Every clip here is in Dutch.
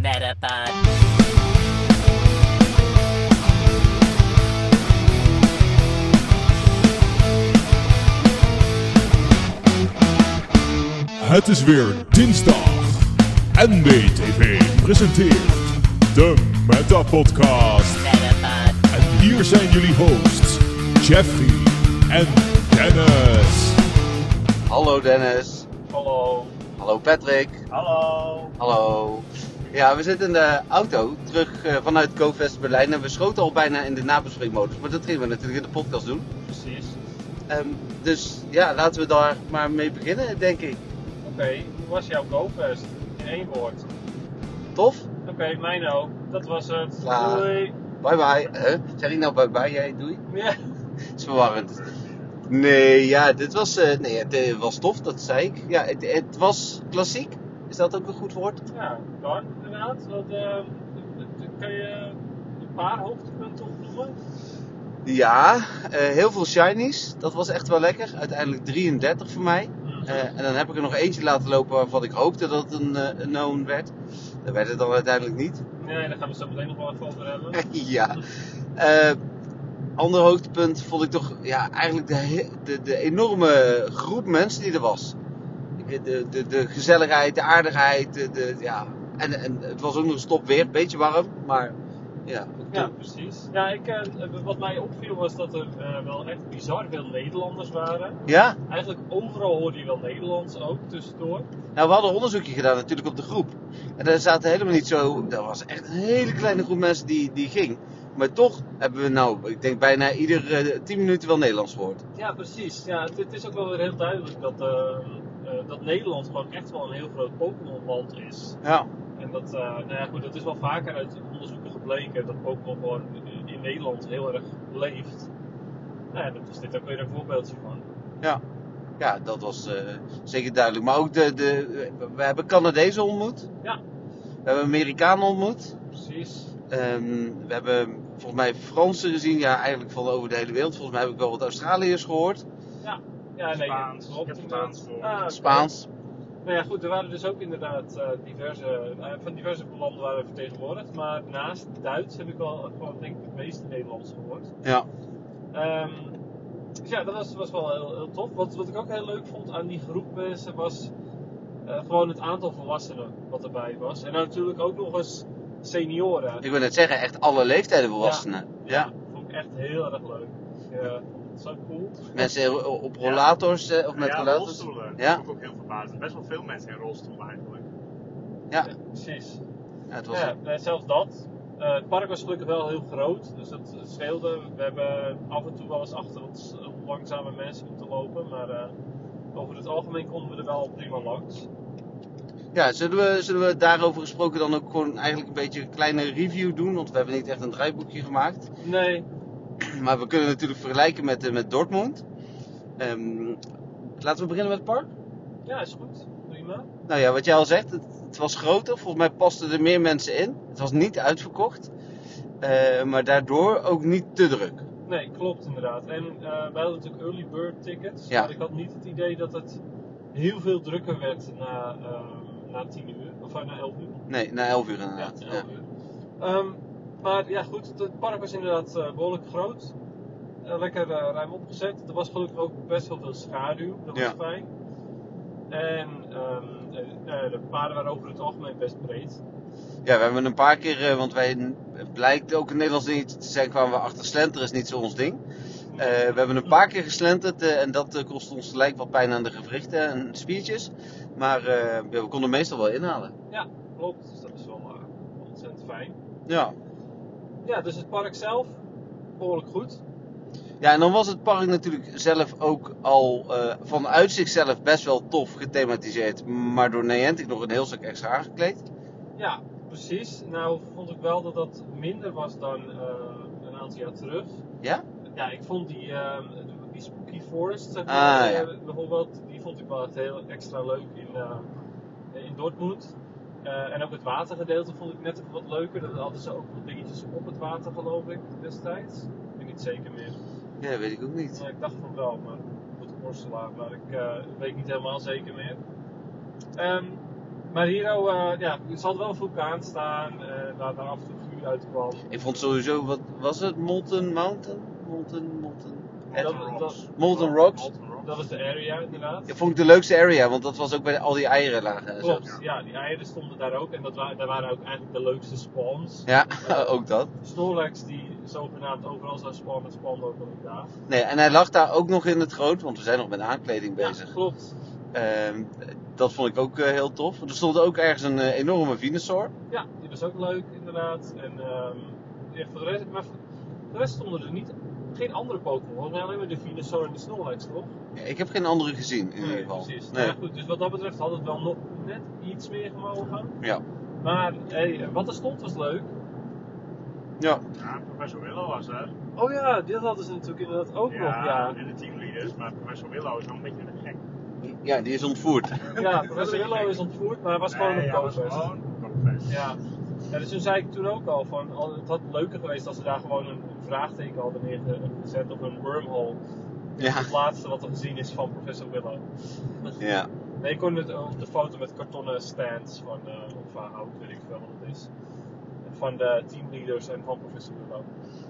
Metapod. Het is weer dinsdag. NBTV presenteert de Meta Podcast. Metapod. En hier zijn jullie hosts, Jeffrey en Dennis. Hallo Dennis. Hallo. Hallo Patrick. Hallo. Hallo. Ja, we zitten in de auto terug eh, vanuit GoFest Berlijn. En we schoten al bijna in de nabespreekmodus. Maar dat gingen we natuurlijk in de podcast doen. Precies. Ehm, dus ja, laten we daar maar mee beginnen, denk ik. Oké, hoe was jouw GoFest? In één woord. Tof? Oké, mijn ook. Dat was het. Klaar. Doei. Bye bye. Huh? Zeg ik nou bye bye? Jij doei? Ja. Het is verwarrend. Nee, ja, dit was, eh, nee, het eh, was tof, dat zei ik. Ja, het, het was klassiek. Is dat ook een goed woord? Ja, kan inderdaad. Want, ehm, kan je een paar hoogtepunten opnoemen? Ja, eh, heel veel shinies. Dat was echt wel lekker. Uiteindelijk 33 voor mij. Eh, en dan heb ik er nog eentje laten lopen waarvan ik hoopte dat het een, eh, een known werd. Dat werd het dan uiteindelijk niet. Nee, daar gaan we zo meteen nog wel even over hebben. ja. Eh, ander hoogtepunt vond ik toch ja, eigenlijk de, he- de, de enorme groep mensen die er was. Ik- De, de, de gezelligheid, de aardigheid. De, de- ja. en, en het was ook nog eens top weer. Beetje warm, maar ja. ook Ja, top. precies. Ja, ik, eh, wat mij opviel was dat er eh, wel echt bizar veel Nederlanders waren. ja, Eigenlijk overal hoorde je wel Nederlands ook tussendoor. Nou, we hadden een onderzoekje gedaan natuurlijk op de groep. En daar zaten helemaal niet zo... Dat was echt een hele kleine groep mensen die, die ging. Maar toch hebben we nou, ik denk bijna ieder eh 10 minuten wel Nederlands gehoord. Ja, precies. Ja, het, het is ook wel weer heel duidelijk dat, eh, eh, dat Nederland gewoon echt wel een heel groot Pokémon-land is. Ja. En dat, eh, nou ja, goed, dat is wel vaker uit onderzoeken gebleken dat Pokémon gewoon in- in Nederland heel erg leeft. Nou ja, dat is dit ook weer een voorbeeldje van. Ja. Ja, dat was eh, zeker duidelijk. Maar ook de, de... We hebben Canadezen ontmoet. Ja. We hebben Amerikanen ontmoet. Precies. Ehm, we hebben volgens mij Fransen gezien. Ja, eigenlijk van over de hele wereld. Volgens mij heb ik wel wat Australiërs gehoord. Ja, nee, Spaans. klopt Ik heb inderdaad. Spaans voor. Ah, oké. Spaans. Nou ja, goed, er waren dus ook inderdaad eh, diverse, eh, van diverse landen waren we vertegenwoordigd. Maar naast Duits heb ik wel gewoon denk ik het meeste Nederlands gehoord. Ja. Ehm, dus ja, dat was, was wel heel, heel tof. Wat, wat ik ook heel leuk vond aan die groep mensen was eh, gewoon het aantal volwassenen wat erbij was. En dan natuurlijk ook nog eens senioren. Ik wil net zeggen, echt alle leeftijden volwassenen. ja. Vond ik echt heel erg leuk. Dus, eh, Ja, zo cool. Mensen eh, op rollators eh, of met ja, rollators. rolstoelen. Ja. Dat vond ik ook heel verbazend. Best wel veel mensen in rolstoelen eigenlijk. Ja, Precies. ja, het was Ja, nee, zelfs dat. Eh, het park was gelukkig wel heel groot, dus dat scheelde. We hebben af en toe wel eens achter ons eh, langzame mensen moeten lopen, maar eh, over het algemeen konden we er wel prima langs. ja zullen, we, zullen we daarover gesproken dan ook gewoon eigenlijk een beetje een kleine review doen? Want we hebben niet echt een draaiboekje gemaakt. Nee, Maar we kunnen natuurlijk vergelijken met, eh, met Dortmund. Ehm, laten we beginnen met het park. Ja, is goed. Prima. Nou ja, wat jij al zegt, het, het was groter. Volgens mij pasten er meer mensen in. Het was niet uitverkocht. Eh, maar daardoor ook niet te druk. Nee, klopt inderdaad. En eh, wij hadden natuurlijk early bird tickets. Ja. Maar ik had niet het idee dat het heel veel drukker werd na, ehm, na 10 uur. Of eh, na 11 uur. Nee, na 11 uur inderdaad. Ja, Ja, 11 uur. Ehm, maar ja, goed. Het, het park was inderdaad eh, behoorlijk groot. Eh, lekker eh, ruim opgezet. Er was gelukkig ook best wel veel schaduw. Dat was Ja. fijn. En ehm, eh, nou ja, de paden waren over het algemeen best breed. Ja, we hebben een paar keer, eh, want wij, het blijkt ook een Nederlands dingetje te zijn, kwamen we achter slenteren, is niet zo ons ding. Eh, we hebben een paar keer geslenterd eh, en dat eh, kostte ons gelijk wat pijn aan de gewrichten en spiertjes. Maar eh, ja, we konden meestal wel inhalen. Klopt, dus dat is wel eh, ontzettend fijn. Ja. Ja, dus het park zelf, behoorlijk goed. ja, en dan was het park natuurlijk zelf ook al eh, vanuit zichzelf best wel tof gethematiseerd. Maar door Niantic nog een heel stuk extra aangekleed. Ja, precies. Nou vond ik wel dat dat minder was dan eh, een aantal jaar terug. Ja? Ja, ik vond die, ehm, die Spooky Forest zeg Ah, maar, eh, ja. bijvoorbeeld, die vond ik wel echt heel extra leuk in, eh, in Dortmund. Eh, en ook het watergedeelte vond ik net even wat leuker. Dat hadden ze ook wat dingetjes op het water geloof ik destijds. Ik weet niet zeker meer. Ja, weet ik ook niet. Maar ik dacht van wel, maar goed, Ursula, maar ik eh, weet niet helemaal zeker meer. Ehm, Maar Hero, eh, ja, er zat wel een vulkaan staan, eh, waar daar af en toe vuur uitkwam. Ik vond sowieso, wat was het? Molten Mountain? Molten, Molten. Dat, Molten dat, Rocks. Molten Rocks. Molten Rocks. dat was de area inderdaad. Dat vond ik de leukste area, want dat was ook bij al die eieren lagen. en zo. Klopt, ja, die eieren stonden daar ook en dat wa- daar waren ook eigenlijk de leukste spawns. Ja, ook dat. Snorlax die zogenaamd overal zou spawnen, spawnde ook al niet daar. Nee, en hij lag daar ook nog in het groot, want we zijn nog met aankleding bezig. Ja, klopt. Ehm, dat vond ik ook eh, heel tof. Er stond ook ergens een eh, enorme Venusaur. Ja, die was ook leuk inderdaad. En ehm, ja, voor de rest, maar voor de rest stonden er niet, geen andere Pokémon, volgens mij alleen maar de Venusaur en de Snorlax, toch? Ja, ik heb geen andere gezien in ieder Nee, geval. Precies. Nee. Maar goed, dus wat dat betreft had het wel nog net iets meer gemogen. Ja. Maar hey, wat er stond was leuk. Ja. Ja, professor Willow was er. Oh ja, dit hadden ze natuurlijk inderdaad ook nog. Ja, en de teamleaders, maar professor Willow is nog een beetje een gek. ja, die is ontvoerd. ja professor Willow is ontvoerd, maar hij was gewoon Nee, een hij was koopfest. gewoon een koopfest. Ja. ja, dus toen zei ik toen ook al van, al- het had leuker geweest als ze daar gewoon een, een vraagteken hadden neergezet op een wormhole. Ja. Het laatste wat er gezien is van professor Willow. Ja. Nee, ik kon het op de foto met kartonnen stands van, eh of van hout, weet ik veel wat het is. Van de teamleaders en van professor Willow.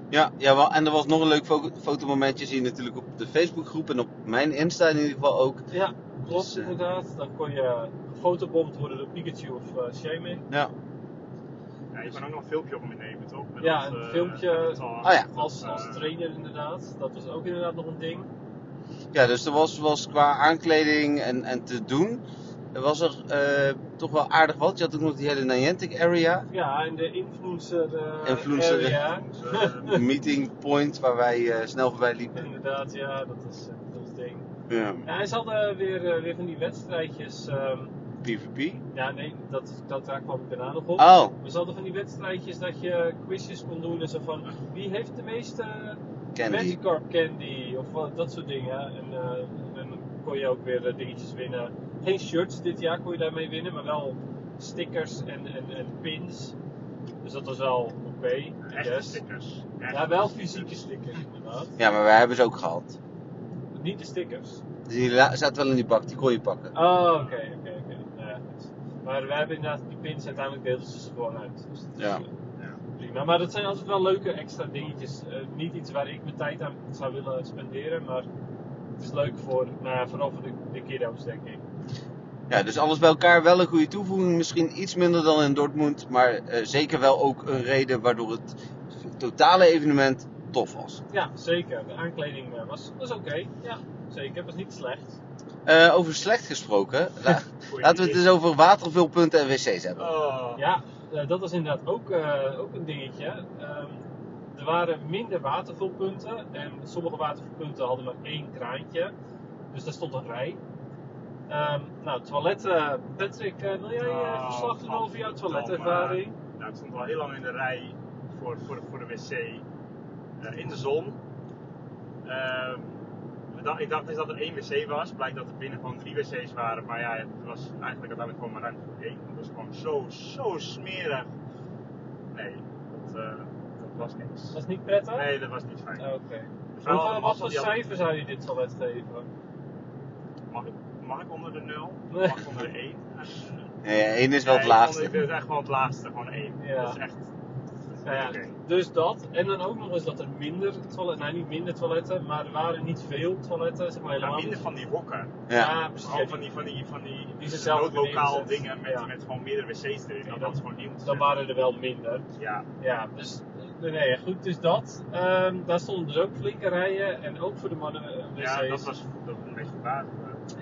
Ja, ja wel, en er was nog een leuk fo- fotomomentje. Zie je natuurlijk op de Facebookgroep en op mijn Insta in ieder geval ook. Ja, klopt Dus, eh, inderdaad. Dan kon je gefotobomd worden door Pikachu of eh Shaming. Ja. Ja, je kan ook nog een filmpje op me nemen, toch? Met Ja, dat, een eh, filmpje. Ah. avatar, Oh ja. dat, Als, eh, als trainer inderdaad. Dat was ook inderdaad nog een ding. Ja, dus er was, was qua aankleding en, en te doen, er was er eh, toch wel aardig wat. Je had ook nog die hele Niantic area, Ja, en de influencer, eh, Influencer, area. eh, een meeting point waar wij eh, snel voorbij liepen. Inderdaad, ja, dat is eh, dat is het ding. Ja, Ja, en ze hadden weer, eh, weer van die wedstrijdjes. ehm, PvP. ja, nee, dat, dat, daar kwam ik daarna nog op. Oh, Maar ze hadden van die wedstrijdjes dat je quizjes kon doen en zo van wie heeft de meeste candy. Magikarp candy of wat, dat soort dingen. En eh, en dan kon je ook weer eh, dingetjes winnen. Geen shirts dit jaar kon je daarmee winnen, maar wel stickers en, en, en pins. Dus dat was wel oké, I Echte guess. stickers. Echte Ja, wel stickers. fysieke stickers inderdaad. Ja, maar wij hebben ze ook gehad. Niet de stickers. Dus die la- zaten wel in die bak, die kon je pakken. Oh, oké, oké, oké. Nou ja, goed. Maar we hebben inderdaad die pins, uiteindelijk deelden ze ze gewoon uit. Dus dat is, Ja. eh, Ja. prima. Maar dat zijn altijd wel leuke extra dingetjes. Eh, niet iets waar ik mijn tijd aan zou willen spenderen, maar het is leuk voor, nou ja, vooral voor de, de kiddo's, denk ik. Ja, dus alles bij elkaar wel een goede toevoeging. Misschien iets minder dan in Dortmund, maar eh, zeker wel ook een reden waardoor het totale evenement tof was. Ja, zeker. De aankleding eh, was, was oké. Ja, zeker. Was niet slecht. Eh, over slecht gesproken, la- laten we het eens over watervulpunten en wc's hebben. Oh. Ja, eh, dat was inderdaad ook, eh, ook een dingetje. Ehm, er waren minder watervulpunten en sommige watervulpunten hadden maar één kraantje. Dus daar stond een rij. Ehm, nou, toiletten. Patrick, eh, wil jij eh, Oh, verslag doen over jouw godverdomme. toiletervaring? Nou, ik stond al heel lang in de rij voor, voor, voor de wc eh, in de zon. Ehm, we dacht- ik dacht dus dat er één wc was. Blijkt dat er binnen gewoon drie wc's waren. Maar ja, het was eigenlijk uiteindelijk gewoon maar ruimte voor één. Het was gewoon zo, zo smerig. Nee, dat, eh, dat was niks. Was Oh. niet prettig? Nee, dat was niet fijn. Oké. De vrouw had Hoeveel- Wat een mazzel, voor die had- cijfer zou je dit toilet geven? Mag ik, mag ik onder de 0? Nee. Mag ik onder de 1? Nee, één is wel het laatste. Ik vind het echt gewoon het laatste, gewoon 1. Ja. Dat is echt. Nou ja, Eh, Oké. dus dat. En dan ook nog eens dat er minder toiletten, nou niet minder toiletten, maar er waren niet veel toiletten. Zeg maar Maar helemaal minder niet. van die hokken. Ja. precies. Gewoon van die, van die, van die, Die ze zelf noodlokaal neerzetten. dingen met, Ja. met gewoon meerdere wc's erin. Nee, Dat, dat- is gewoon nieuw. Dus Dan waren er wel minder. Ja, Ja, dus nee, nee, goed, dus dat. Ehm, daar stonden dus ook flinke rijen en ook voor de mannen eh, wc's. ja dat was dat was een beetje waar.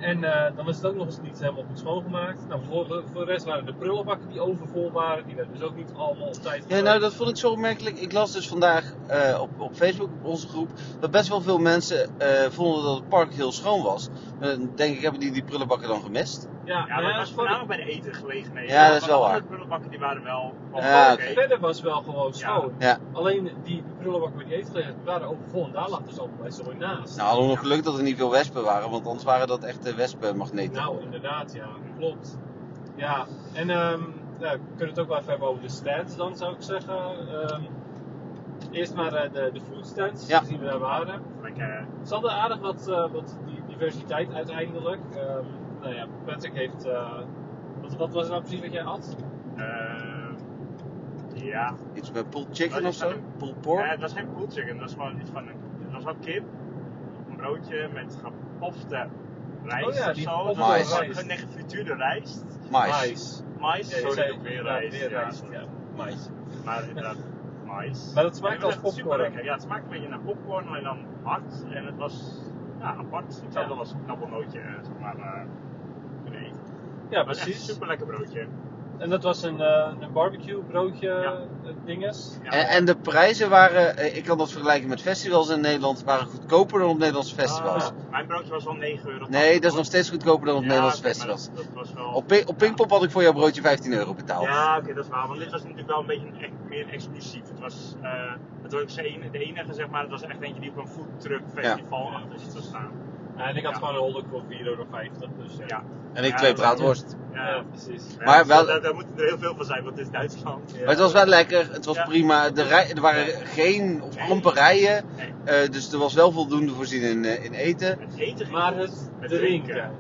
En eh, dan was het ook nog eens niet helemaal goed schoongemaakt. Nou, voor, voor de rest waren de prullenbakken die overvol waren, die werden dus ook niet allemaal op tijd ja, nou dat vond ik zo opmerkelijk. Ik las dus vandaag eh, op, op Facebook, op onze groep, dat best wel veel mensen eh, vonden dat het park heel schoon was. Maar dan denk ik, hebben die die prullenbakken dan gemist? Ja, Ja, dat ja, was nou, voor de- voornamelijk bij de etengelegenheden. Ja, dat is Maar wel alle waar. prullenbakken die waren wel. wel Ja, oké. Verder was wel gewoon schoon. Ja. Alleen die prullenbakken met die eetgelegd waren overvol en daar lag dus allemaal bij zooi naast. Nou, hadden we nog geluk dat er niet veel wespen waren, want anders waren dat echt eh, wespenmagneten. Nou, inderdaad, ja, klopt. Ja, en ehm ja, we kunnen het ook wel even hebben over de stands dan, zou ik zeggen. Ehm, eerst maar eh, de, de food stands, Ja. die we daar waren. Like, eh, Ze hadden aardig wat, eh, wat di- diversiteit uiteindelijk. Ehm nou ja, Patrick heeft, eh, wat Wat, wat was nou precies wat jij had? Ehm, ja. Iets met pulled chicken Oh, of is dat zo? een- Pulled Nee, pork? het was geen pulled chicken. Het was gewoon iets van een, het was wel kip. Een broodje met gepofte rijst Oh ja, of die zo. gepofte Mais. Een gefrituurde rijst. Mais. Mais, Ja, je sorry, zei ook weer ja, rijst. Weer ja. rijst, ja. Mais. Maar inderdaad, mais. Maar dat smaakt En als het was echt popcorn. super lekker. Ja, het smaakt een beetje naar popcorn, maar dan hard. En het was ja, apart. Ik zou Ja. wel als een knabbelnootje, eh, zeg maar, eh, kunnen eten. Ja, Het was echt een precies. super lekker broodje. En dat was een, eh, een barbecue broodje Ja. eh, dinges. Ja. En, en de prijzen waren, eh, ik kan dat vergelijken met festivals in Nederland, waren goedkoper dan op Nederlandse festivals. Ah, mijn broodje was wel 9 euro. Nee, dat is nog steeds goedkoper dan op Ja, Nederlandse oké, maar festivals. Dat, dat was wel... Op, Pi- op Pinkpop had ik voor jouw broodje 15 euro betaald. Ja, oké, dat is waar. Want dit was natuurlijk wel een beetje een, echt meer exclusief. Het was, eh, het was ook de enige, de enige, zeg maar. Het was echt eentje die op een foodtruck festival achter zit te staan. En ik had Ja. gewoon een holder voor 4,50 euro. Dus ja. Ja. en ik Ja, twee dat- braadworst. Ja, Ja, precies. Ja, Maar dus wel- Daar, daar moeten er heel veel van zijn, want het is Duitsland. Ja. Maar het was wel lekker, het was Ja. prima. De rij, er waren geen of amper rijen, Nee. eh, dus er was wel voldoende voorzien in, eh, in eten. Het eten ging Maar goed, het drinken.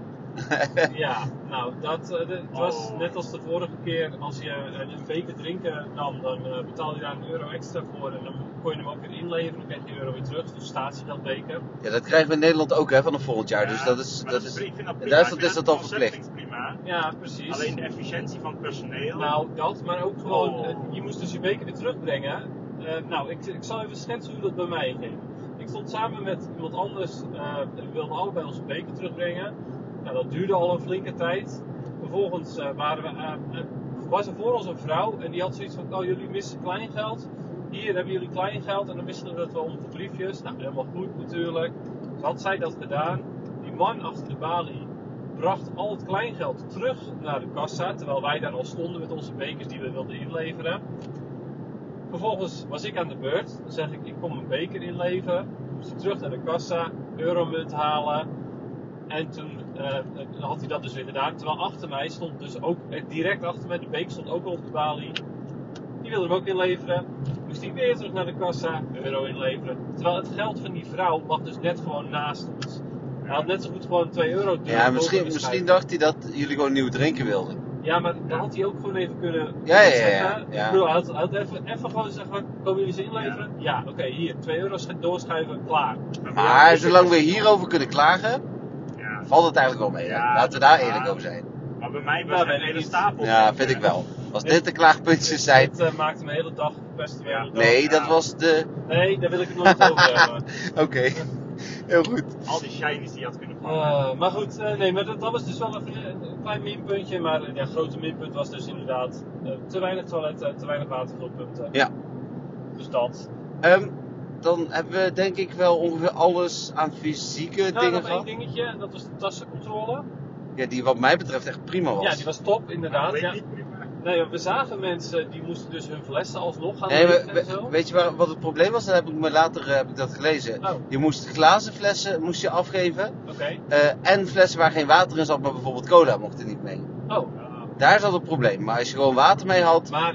ja, nou, dat, eh, de- het was Oh. net als de vorige keer. Als je een, een beker drinken nam, dan eh betaalde je daar een euro extra voor. En dan kon je hem ook weer inleveren. Dan kreeg je een euro weer terug. Dus statiegeldbeker. Ja, dat krijgen we in Nederland ook hè, vanaf volgend jaar. dus Ja, dat is, maar dat is is, pri- ik vind dat in prima. Duitsland Ik is vind dat het al concept verplicht. vind ik Prima. Ja, precies. Alleen de efficiëntie van het personeel. Nou, dat, maar ook gewoon, Oh. eh, je moest dus je beker weer terugbrengen. Eh, nou, ik, ik zal even schetsen hoe dat bij mij ging. Ik stond samen met iemand anders, eh, en we wilden allebei onze beker terugbrengen. Nou, dat duurde al een flinke tijd. Vervolgens eh, waren we, eh, eh, was er voor ons een vrouw en die had zoiets van, oh jullie missen kleingeld. Hier hebben jullie kleingeld en dan wisselen we dat wel om voor briefjes. Nou, helemaal goed natuurlijk. Dus had zij dat gedaan. Die man achter de balie bracht al het kleingeld terug naar de kassa, terwijl wij daar al stonden met onze bekers die we wilden inleveren. Vervolgens was ik aan de beurt, dan zeg ik, ik kom een beker inleveren, moest ik terug naar de kassa, euromunt halen. En toen eh, had hij dat dus weer gedaan, terwijl achter mij stond dus ook, eh, direct achter mij, de beker stond ook al op de balie. Die wilde hem ook inleveren. Moest hij weer terug naar de kassa, euro inleveren. Terwijl het geld van die vrouw lag dus net gewoon naast ons. Hij had net zo goed gewoon 2 euro durven ja, misschien, overschrijven. misschien dacht hij dat jullie gewoon nieuw drinken wilden. Ja, maar dan had hij ook gewoon even kunnen Ja, ja, ja, zeggen. ja. Ik bedoel, hij had, hij had even, even gewoon zeggen, komen jullie ze inleveren? Ja, oké, hier, 2 euro sch- doorschuiven, klaar. Maar zolang we hierover kunnen klagen, Ja. valt het eigenlijk wel mee. hè? Ja, Laten we daar ja. eerlijk over zijn. Maar bij mij was Nou, het ben een ik hele niet. stapel. Ja, vind ik wel. Als dit de klaagpuntjes zijn. Dat eh, maakte mijn hele dag, best wel. Ja. Nee, dat was de. Nee, daar wil ik het nooit over hebben. Oké, heel goed. Al die shinies die je had kunnen pakken. Eh, maar goed, eh, nee, maar dat, dat was dus wel even een, een klein minpuntje. Maar eh, ja, grote minpunt was dus inderdaad eh, te weinig toiletten, te weinig watervulpunten. Ja. Dus dat. Ehm, dan hebben we denk ik wel ongeveer alles aan fysieke Nou, dingen nog één gehad. dingetje, en dat was de tassencontrole. Ja, die wat mij betreft echt prima was. Ja, die was top, inderdaad. weet Ja. niet prima. Nee, we zagen mensen die moesten dus hun flessen alsnog gaan Nee, we- drinken en we- zo. weet je waar, wat het probleem was? Dat heb ik me later eh, heb ik dat gelezen. Oh. Je moest glazen flessen moest je afgeven. Oké. eh, en flessen waar geen water in zat, maar bijvoorbeeld cola mocht er niet mee. Oh, Daar zat het probleem. Maar als je gewoon water mee had. maar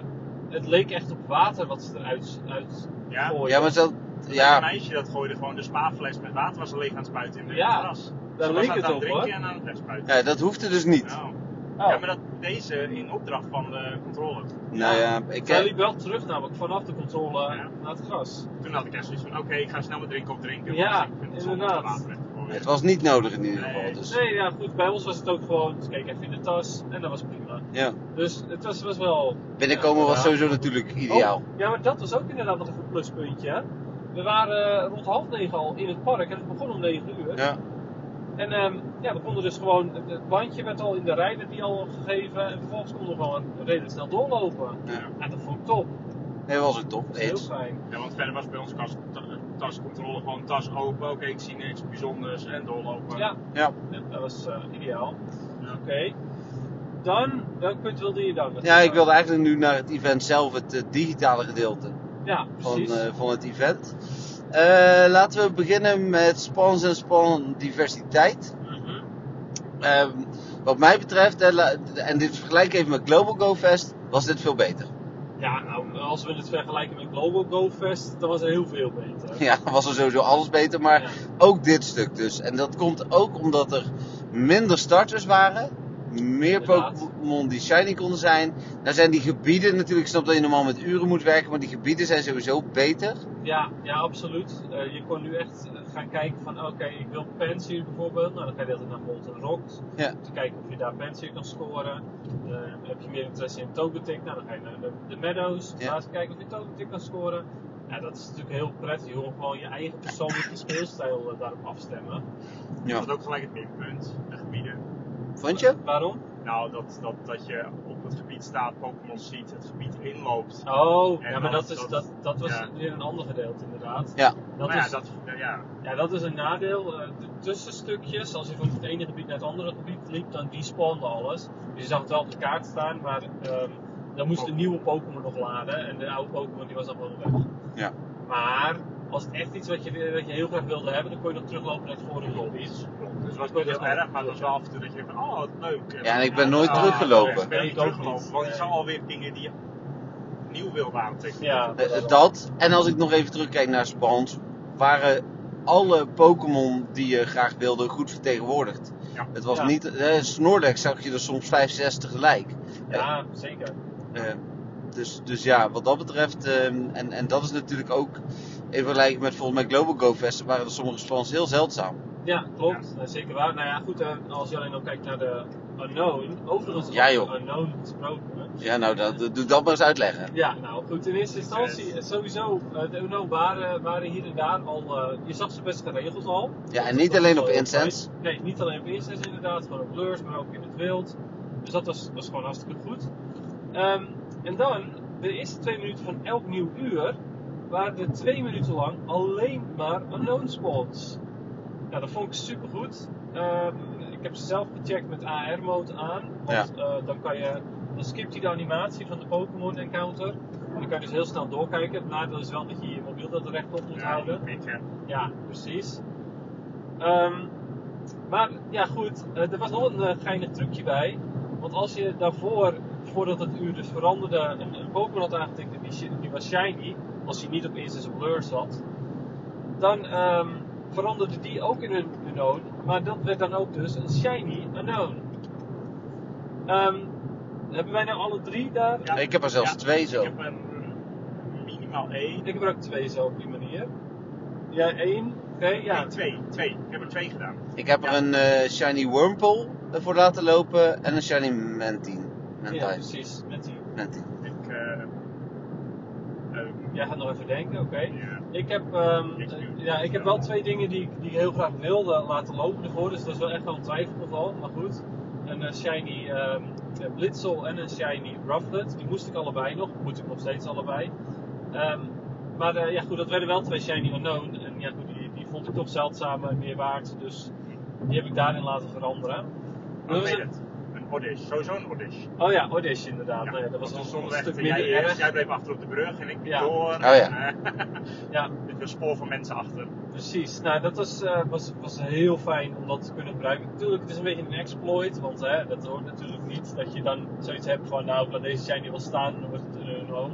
het leek echt op water wat ze eruit uit Ja. gooien. Ja, maar dat. Ja. Een Ja, meisje dat gooide gewoon de spaafles met water was leeg aan het spuiten in de Ja, gras. daar leek het aan op, drinken hoor. en aan het spuiten. ja, dat hoefde dus niet. Nou. Oh. Ja, maar dat, deze in opdracht van de controle. Nou ja, ik Zij liep wel terug namelijk vanaf de controle Ja. naar het gas. Toen had ik echt zoiets van, oké, ik ga snel mijn drink opdrinken. Ja, want ik vind het zonde om inderdaad. water in te gooien. Het was niet nodig in ieder geval. Nee. Dus, Nee, ja goed, bij ons was het ook gewoon, ze keek even in de tas en dat was prima. ja. Dus het was, was wel... Binnenkomen was ja. sowieso natuurlijk ideaal. Oh, ja, maar dat was ook inderdaad nog even een pluspuntje. hè. We waren eh, rond half negen al in het park en het begon om negen uur. Ja. En ehm, ja, we konden dus gewoon, het- het bandje werd al in de rij werd die al gegeven en vervolgens konden we gewoon redelijk snel doorlopen. Ja. En dat vond ik top, Nee, was het top. dat is heel Eens. fijn. Ja, want verder was bij ons kas, ta- tascontrole gewoon tas open. Oké, ik zie niks bijzonders en doorlopen. Ja, Ja. ja, dat was eh, ideaal. Ja. Oké. Dan, welk punt wilde je dan? eh, ja, ik wilde eigenlijk nu naar het event zelf, het eh, digitale gedeelte Ja, van, precies. eh, van het event. Eh, laten we beginnen met spans en span diversiteit. Mhm. Ehm, wat mij betreft, eh, la- en dit vergelijk ik even met Global Go Fest, was dit veel beter. Ja, nou, als we het vergelijken met Global Go Fest, dan was er heel veel beter. Ja, was er sowieso alles beter, maar Ja. ook dit stuk dus. En dat komt ook omdat er minder starters waren, meer Inderdaad. Pokémon die shiny konden zijn. Nou zijn die gebieden natuurlijk, ik snap dat je normaal met uren moet werken, maar die gebieden zijn sowieso beter. Ja, ja absoluut. Eh, je kon nu echt eh, gaan kijken van oké, ik wil Pansy bijvoorbeeld. Nou, dan ga je de hele tijd naar Molten Rocks. Ja. Om te kijken of je daar Pansy kan scoren. Eh, heb je meer interesse in Togetic? Nou, dan ga je naar de, de Meadows. Ja. Laat eens kijken of je Togetic kan scoren. Ja, dat is natuurlijk heel prettig. Je wil gewoon je eigen persoonlijke speelstijl eh, daarop afstemmen. Dat is ook gelijk het minpunt, de gebieden. Vond je? Waarom? Nou, dat, dat, dat je op het gebied staat, Pokémon ziet, het gebied inloopt. Oh, En ja, maar dan- dat, is, dat- dat, dat was ja. weer een ander gedeelte inderdaad. Ja. Dat maar ja, is, dat, nou ja, Ja, dat is een nadeel. Eh, De tussenstukjes, als je van het ene gebied naar het andere gebied liep, dan despawnde alles. Dus je zag het wel op de kaart staan, maar ehm, dan moest de nieuwe Pokémon nog laden. En de oude Pokémon die was dan wel weg. Ja. Maar als het echt iets wat je, wat je heel graag wilde hebben, dan kon je nog teruglopen naar het vorige lobby. klopt. Dus het was niet heel erg, maar het was wel af en toe dat je denkt van, oh wat leuk. Ja, en ik ben nooit Ah, teruggelopen. Ik ben Nee, niet ik ook teruggelopen, niet. want je Nee. zou alweer dingen die je nieuw wilde aantrekken. Ja, Eh, eh, Dat. En als ik nog even terugkijk naar Spans, waren alle Pokémon die je graag wilde goed vertegenwoordigd. Ja. Het was Ja. niet, eh, Snorlax zag je er soms 5, 6 tegelijk. Ja, zeker. Eh, dus, dus ja, wat dat betreft, eh, en, en dat is natuurlijk ook in vergelijking met volgens mij Global Go Fest, waren er sommige spans heel zeldzaam. Ja, klopt. Eh, Zeker waar. Nou ja, goed, eh, als je alleen al kijkt naar de Unknown. Overigens, Ja, joh. Unknown gesproken. Ja, nou, dat, dat- doe dat maar eens uitleggen. Ja, nou goed, in eerste instantie eh, sowieso, eh, de UNO waren, waren hier en daar al, eh, je zag ze best geregeld al. Ja, en Dat niet was alleen wel op heel incense. fijn. Nee, niet alleen op incense inderdaad, gewoon op lures, maar ook in het wild. Dus dat was, was gewoon hartstikke goed. Ehm, en dan, de eerste twee minuten van elk nieuw uur, waren er twee minuten lang alleen maar unknown spawns. Nou, dat vond ik super goed. ik heb ze zelf gecheckt met AR-mode aan. Want eh, dan kan je, dan skipt hij de animatie van de Pokémon encounter. En dan kan je dus heel snel doorkijken. Het nadeel is wel dat je je mobiel dat rechtop moet Ja, houden. dat eh, weet je. Ja, precies. Ehm, maar ja, goed, eh, er was nog een eh, geinig trucje bij. Want als je daarvoor, voordat het uur dus veranderde, een, een Pokémon had aangetikt en die, shi- die was shiny, als hij niet op Instance of Lure zat, dan ehm, veranderde die ook in een unknown. Maar dat werd dan ook dus een shiny unknown. Ehm, hebben wij nou alle drie daar? Ja. Ik heb er zelfs Ja, twee zo. Ik heb een eh, minimaal één. Ik heb er ook twee zo op die manier. Jij één, twee, ja. Nee, twee, twee. Ik heb er twee gedaan. Ik heb er Ja. een eh, shiny Wurmple voor laten lopen en een shiny Mantine. Ja, Mantine. precies. Met die. Mantine. Ik, eh, eh, Jij gaat nog even denken, oké. ja. Ik, heb, ehm, Niks nieuws. ja, ik heb wel twee dingen die, ik- die ik heel graag wilde laten lopen ervoor, dus dat is wel echt wel een twijfelgeval. Maar goed, een eh, shiny ehm, eh, Blitzel en een shiny Rufflet, die moest ik allebei nog, moet ik nog steeds allebei. Ehm, maar eh, ja goed, dat werden wel twee shiny unknown en ja goed, die, die vond ik toch zeldzaam en meer waard, dus die heb ik daarin laten veranderen. Oh, was ik weet een- het. Een Oddish, sowieso een Oddish. Oh ja, Oddish inderdaad, Nou ja, dat was want al toen een stonden we stuk echt- jij, minder eerst, erg. jij bleef achter op de brug en ik Ja. door. Oh ja. Ja, Dit was spoor van mensen achter. Precies, nou dat was, eh, was, was heel fijn om dat te kunnen gebruiken. Natuurlijk, het is een beetje een exploit, want hè, dat hoort natuurlijk niet dat je dan zoiets hebt van nou, ik laat deze shiny wel staan en dan wordt het een home.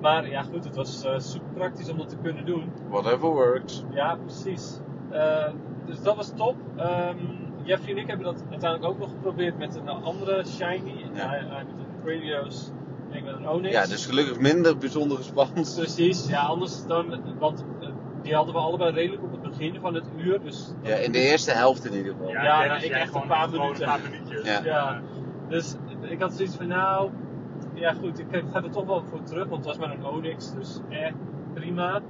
Maar ja, goed, het was eh, super praktisch om dat te kunnen doen. Whatever works. Ja, precies. Eh, dus dat was top. Ehm Jeffrey en ik hebben dat uiteindelijk ook nog geprobeerd met een andere shiny, en Ja. hij- hij met een Previous en ik met een Onyx. Ja, dus gelukkig minder bijzondere spans. Precies, ja, anders dan, want eh, die hadden we allebei redelijk op het begin van het uur, dus Ja, in de eerste helft in ieder geval. Ja. nou, dus ik jij echt gewoon- een paar gewoon minuten. Een paar minuutjes. Ja. Ja, dus ik had zoiets van, nou, ja goed, ik ga er toch wel voor terug, want het was maar een Onyx, dus eh, prima.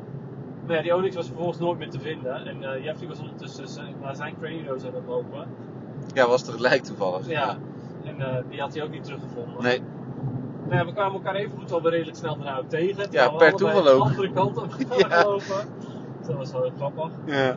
Maar ja, die Onyx was vervolgens nooit meer te vinden en eh Jeffrey was ondertussen zijn- naar zijn Cranios aan het lopen. Dus Ja, was tegelijk toevallig. Ja, en eh, die had hij ook niet teruggevonden. Nee, Nou ja, we kwamen elkaar even goed alweer redelijk snel daarna ook tegen. terwijl we per allebei toeval ook. de andere kant op Ja. gaan lopen. Dus dat was wel heel grappig. ja.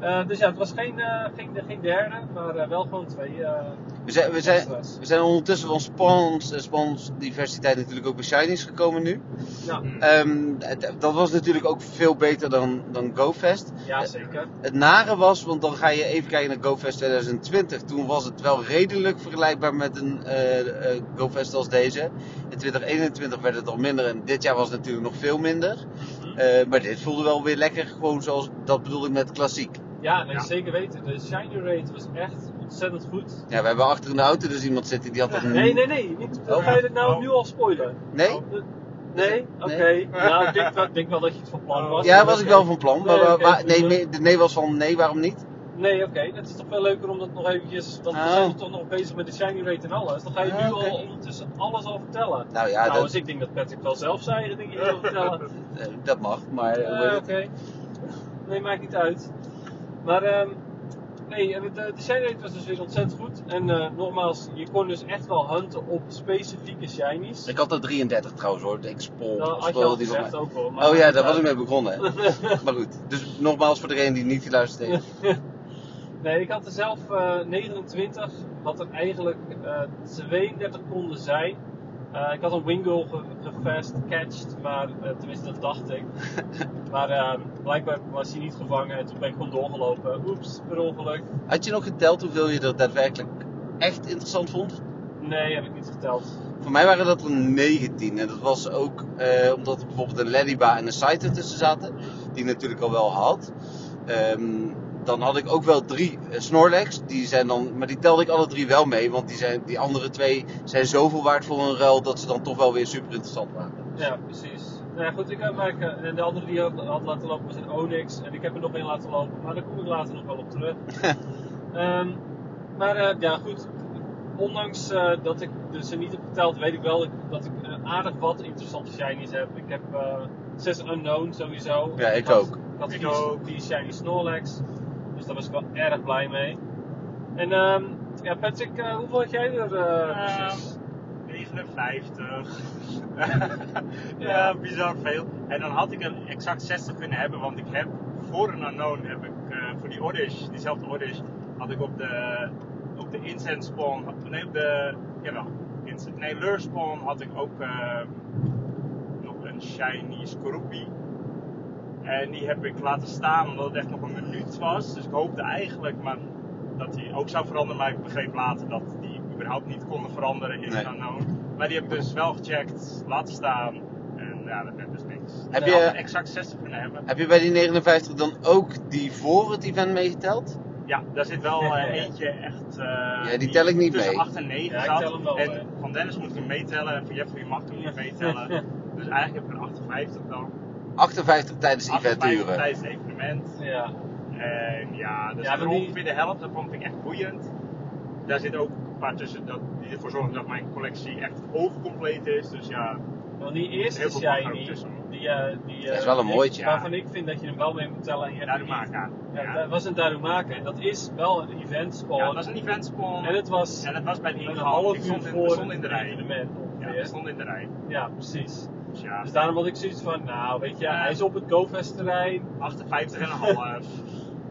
Eh, dus ja, het was geen, eh, geen, geen derde, maar eh, wel gewoon twee. eh, We zijn, we, zijn, Extra's. we zijn ondertussen van spans en spansdiversiteit natuurlijk ook bij Shinies gekomen nu. ja, Ehm, d- dat was natuurlijk ook veel beter dan, dan GoFest. ja, zeker. Het nare was, want dan ga je even kijken naar GoFest 2020. Toen was het wel redelijk vergelijkbaar met een eh, eh, GoFest als deze. In 2021 werd het al minder en dit jaar was het natuurlijk nog veel minder. Mhm. Eh, maar dit voelde wel weer lekker, gewoon zoals dat bedoel ik met klassiek. Ja, nee, Ja. zeker weten. De shiny rate was echt op ontzettend goed. Ja, we hebben achter een auto dus iemand zitten die had een... Nee, nee, nee. Niet, Oh. Ga je dit nou Oh. nu al spoilen? Nee? Eh, Nee? Oké. Nou, ik denk, wel- ik denk wel dat je het van plan was. Ja, maar was ik oké. wel van plan. Maar, Nee, maar- oké, maar- nee, prima. nee, de nee was van nee, waarom niet? Nee, oké. Het is toch veel leuker om dat nog eventjes... Want Oh. we zijn toch nog bezig met de shiny rate en alles. Dan ga je Ja, nu Ah, oké. al ondertussen alles al vertellen. Nou ja, nou, dat, dus ik denk dat Patrick wel zelf zijn eigen dingen wil vertellen. eh, dat mag. Maar eh, hoe Eh, heet oké. het? Nee, maakt niet uit. Maar ehm, nee, en het, eh, de shiny rate was dus weer ontzettend goed. En eh, nogmaals, je kon dus echt wel hunten op specifieke shinies. ik had er 33 trouwens hoor. Ik spoor, dat Nou, had je spoor al die van gezegd mij. ook wel. maar- Oh ja, daar was ik mee begonnen. Hè. maar goed, dus nogmaals voor degene die niet geluisterd heeft. nee, ik had er zelf eh, 29, wat er eigenlijk eh, 32 konden zijn. Eh, ik had een wingle ge gefast, catched, maar eh, tenminste dat dacht ik. maar eh, blijkbaar was hij niet gevangen en toen ben ik gewoon doorgelopen. Oeps, per ongeluk. Had je nog geteld hoeveel je er daadwerkelijk echt interessant vond? Nee, heb ik niet geteld. Voor mij waren dat er 19. En dat was ook eh, omdat er bijvoorbeeld een Leliba en een Saito tussen zaten. Die ik natuurlijk al wel had. Ehm, dan had ik ook wel drie eh, Snorlax. Die zijn dan, maar die telde ik alle drie wel mee. Want die, zijn, die andere twee zijn zoveel waard voor een ruil dat ze dan toch wel weer super interessant waren. Ja, precies. Nou ja, goed, ik heb eigenlijk, eh, en de andere die ik had, had laten lopen was een Onyx. En ik heb er nog één laten lopen, maar daar kom ik later nog wel op terug. Ehm, maar eh, ja, goed. Ondanks eh, dat ik dus ze niet heb geteld, weet ik wel dat ik- dat ik eh, aardig wat interessante shinies heb. Ik heb eh, zes Unknown sowieso. Ja, ik had- ook. Ik had Ik vier, ook. vier shiny Snorlax. Dus daar was ik wel erg blij mee. En ehm, ja, Patrick, eh, hoeveel had jij er eh, Ehm, precies? 59. ja, bizar veel. En dan had ik een exact 60 kunnen hebben, want ik heb voor een unknown heb ik eh, voor die Oddish, diezelfde Oddish, had ik op de, op de incense spawn, had- nee op de, jawel, incense, nee lure spawn had ik ook eh, nog een shiny Scorupie. En die heb ik laten staan omdat het echt nog een minuut was. Dus ik hoopte eigenlijk maar dat die ook zou veranderen. Maar ik begreep later dat die überhaupt niet konden veranderen in Nee. een unknown. Maar die heb ik dus wel gecheckt, laten staan. En ja, dat werd dus niks. Heb Ik je- had er exact 60 kunnen hebben. Heb je bij die 59 dan ook die voor het event meegeteld? Ja, daar zit wel eh, eentje echt. eh, die tel ik niet tussen mee. 8 en 9 Ja, ik zat. tel hem wel eh. en mee. van Dennis moet ik hem meetellen. En van Jeff, je mag hem niet meetellen. dus eigenlijk heb ik er 58 dan. 58 tijdens eventuren. 58 tijdens het evenement. Ja. En Eh, ja, dat Ja, is maar er die- ongeveer de helft. Dat vond ik echt boeiend. Daar zit ook een paar tussen dat, die ervoor zorgen dat mijn collectie echt overcompleet is. Dus ja, Want die eerste Heel veel shiny, groot tussen. die, eh die, Dat is eh, wel een ik- mooitje. Waarvan ik vind dat je hem wel mee moet tellen. en je hebt daar hem maak niet. aan. Ja, Ja. Dat was een Darumaka en dat is wel een event spawn. Ja, het was een event spawn. En het was En het was bij de een ingang. half Ik uur stond in, we voor stonden in de het rij. evenement Ja, ongeveer. we stonden in de rij. Ja, precies. Dus ja, Dus daarom had ik zoiets van, nou weet je, Ja. hij is op het GoFest terrein. 58 en een half. eh,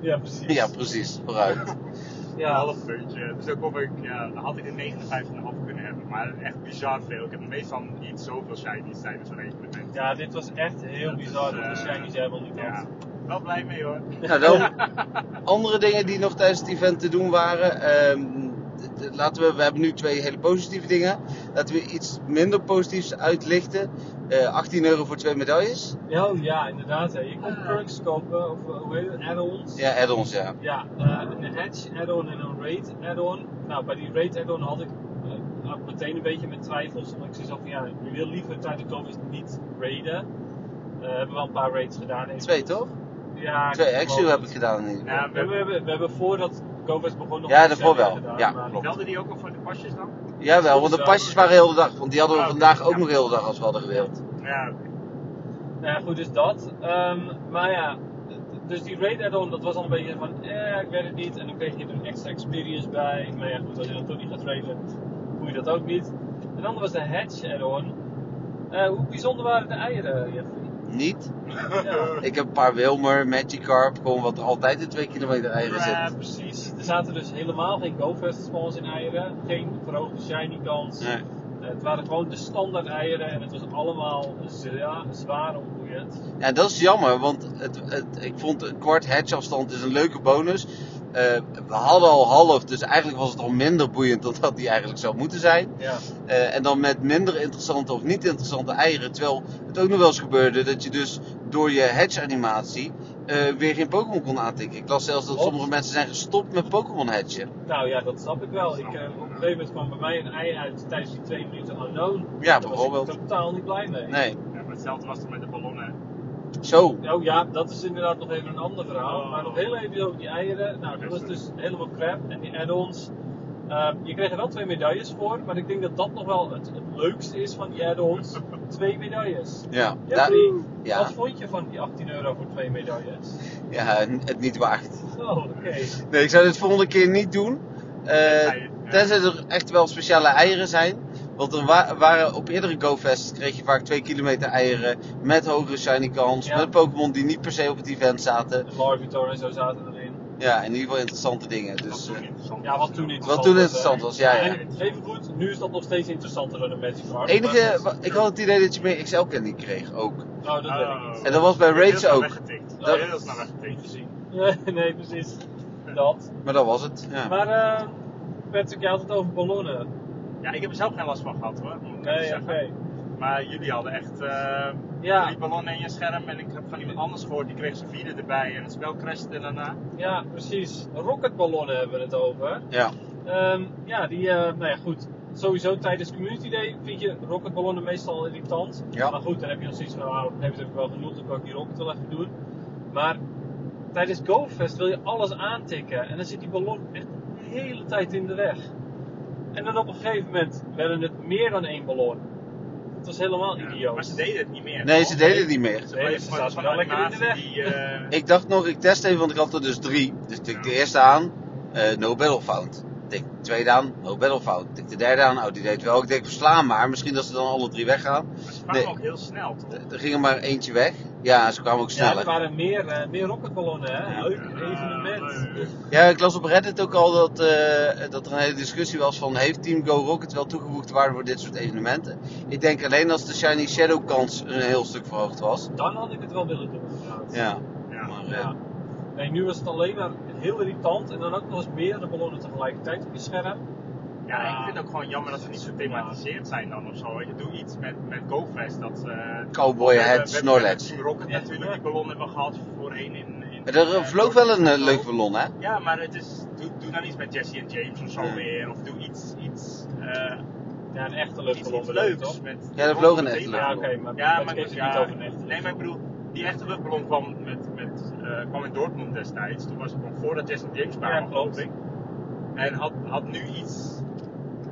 Ja, precies. Ja, precies. Vooruit. Een Ja, half puntje. Dus dan, kom ik, ja, dan had ik de 59,5 kunnen hebben. Maar echt bizar veel. Ik heb meestal niet zoveel shinies tijdens zo'n evenement. ja, dit was echt heel Dat is, bizar dat de eh, shinies helemaal niet Ja, had. wel blij mee hoor. Nou, dan andere dingen die nog tijdens het event te doen waren. Ehm, d- d- laten we, we hebben nu twee hele positieve dingen. Laten we iets minder positiefs uitlichten. Eh, 18 euro voor twee medailles. Ja, oh, ja inderdaad. Hè. Je Ah. kon perks kopen, of eh, hoe heet het, add-ons. Ja, add-ons, ja. Ja, eh, een hedge add-on en een raid add-on. Nou, bij die raid add-on had ik eh, ook meteen een beetje mijn twijfels. Omdat ik zoiets had van ja, je wil liever tijdens COVID niet raiden. Eh, we hebben wel een paar raids gedaan. Even- Twee, toch? Ja, Twee geloof actual heb het. ik gedaan. in ieder geval. Ja, We hebben, we hebben, we hebben voordat COVID begon nog Ja, een daarvoor sessie wel. gedaan, Ja, maar- klopt. Telde die ook al voor de pasjes dan? Jawel, want de pasjes waren heel de dag. Want die hadden we Ah, oké. vandaag ook Ja. nog heel de dag als we hadden gewild. Ja, Nou ja, goed, dus dat. Ehm, maar ja, d- dus die raid add-on, dat was al een beetje van, eh, ik weet het niet. En dan kreeg je er een extra experience bij. Maar ja, goed, als je dan toch niet gaat raiden, doe je dat ook niet. En dan was de hatch add-on. Eh, hoe bijzonder waren de eieren, Jeffrey? Niet. Ja, Ik heb een paar Wilmer, Magikarp, gewoon wat altijd de 2 kilometer eieren ja, zit. precies. Er zaten dus helemaal geen GoFest spawns in eieren. Geen verhoogde shiny kans. Nee. Eh, het waren gewoon de standaard eieren. En het was allemaal zwa- zwaar onboeiend. Ja, dat is jammer, want het, het, ik vond een kwart hedgeafstand is een leuke bonus. Eh, we hadden al half, dus eigenlijk was het al minder boeiend dan dat die eigenlijk zou moeten zijn. Ja. Eh, en dan met minder interessante of niet interessante eieren. Terwijl het ook nog wel eens gebeurde dat je dus door je hedge animatie eh, weer geen Pokémon kon aantikken. Ik las zelfs dat Klopt. sommige mensen zijn gestopt met Pokémon hatchen. Nou ja, dat snap ik wel. Ik, eh, op een gegeven moment kwam bij mij een ei uit tijdens die twee minuten unknown. Ja, Daar bijvoorbeeld. was ik totaal niet blij mee. Nee. Ja, maar hetzelfde was het met de ballonnen. Zo. Nou ja, dat is inderdaad nog even een ander verhaal. Oh. Maar nog heel even over die eieren. Nou, dat was dus helemaal crap. En die add-ons. eh, je kreeg er wel twee medailles voor, maar ik denk dat dat nog wel het, het leukste is van die add-ons. Twee medailles. Ja. Ja, daar- drie. ja, Wat vond je van die 18 euro voor twee medailles? ja, n- het niet waard. Oh, oké. Nee, ik zou dit volgende keer niet doen. Eh, Eieren, ja. tenzij er echt wel speciale eieren zijn. Want er wa- waren op eerdere GoFest kreeg je vaak 2 kilometer eieren. Met hogere shiny kans. Ja. Met Pokémon die niet per se op het event zaten. De Larvitor en zo zaten erin. Ja, in ieder geval interessante dingen. Wat Dus, toen eh, interessant Ja, wat toen niet. wat toen interessant was, ja, ja. En even goed, nu is dat nog steeds interessanter dan de Magic Card. Enige, wa- ik had het idee dat je meer XL candy kreeg ook. Nou, dat weet ik niet. Oh. En dat was bij Heel Raids snel ook. Weggetikt. Dat- Heel snel weggetikt. Nee, nee, precies. Dat. Maar dat was het. Ja. Maar eh Patrick, je had het over ballonnen. Ja, ik heb er zelf geen last van gehad hoor. moet ik even Nee, oké. zeggen. Maar jullie hadden echt eh Ja. drie ballonnen in je scherm. En ik heb van iemand anders gehoord, die kreeg zijn vierde erbij. En het spel crashte daarna. Ja, precies. Rocketballonnen hebben we het over. Ja. Ehm, ja, die, eh, nou ja, goed. Sowieso tijdens Community Day vind je rocketballonnen meestal irritant. Ja. Maar goed, dan heb je nog zoiets van, nou, op een gegeven moment heb ik wel genoeg, dan kan ik die rocket wel even doen. Maar tijdens GoFest wil je alles aantikken en dan zit die ballon echt de hele tijd in de weg. En dan op een gegeven moment werden het meer dan één ballon. Het was helemaal Ja, idioot. Maar ze deden het niet meer. Nee, toch? ze deden het niet meer. Ze Nee, bleven ze gewoon zaten van wel lekker in de animatie weg. die, eh, Ik dacht nog, ik test even, want ik had er dus drie. Dus tik de Ja. eerste aan, eh no battle found. Tik de tweede aan, no battle found. Tik de derde aan, oh die deed wel. Ik denk, verslaan maar, misschien dat ze dan alle drie weggaan. maar ze kwamen Nee. ook heel snel toch? Er ging er maar eentje weg. Ja, ze kwamen ook Ja, er sneller. waren meer, eh, meer rocketballonnen, hè? Leuk Eh, evenement. leuk. Ja, ik las op Reddit ook al dat, eh, dat er een hele discussie was van... heeft Team Go Rocket wel toegevoegde waarde voor dit soort evenementen? Ik denk alleen als de Shiny Shadow kans een heel stuk verhoogd was. Dan had ik het wel willen doen, inderdaad. Ja, Ja. maar eh, Ja. Nee, nu was het alleen maar heel irritant en dan ook nog eens meerdere ballonnen tegelijkertijd op je scherm. Ja, ik vind het ook gewoon jammer dat ze niet gethematiseerd zijn dan of zo. weet Je doet iets met, met GoFest. Dat, eh cowboy hat, we hebben- we hebben met Snorlax. Team Rocket Ja. natuurlijk die ballon hebben gehad voor één in... in Er eh, eh, vloog wel een eh, Go. leuk ballon, hè? Ja, maar het is, doe, doe dan iets met Jesse en James of zo Ja. weer. Of doe iets, iets, eh Ja, een echte iets, iets luchtballon bedoel je, leuks. toch? Met, Ja, er vloog een met echte thema. Ja, oké, maar Ja, ja, maar ik heeft het ja, niet over een echte. Nee, maar ik bedoel, die echte luchtballon kwam, met, met, eh, kwam in Dortmund destijds. Toen was het nog voordat Justin James kwam, Ja, geloof klopt. ik. En had, had nu iets,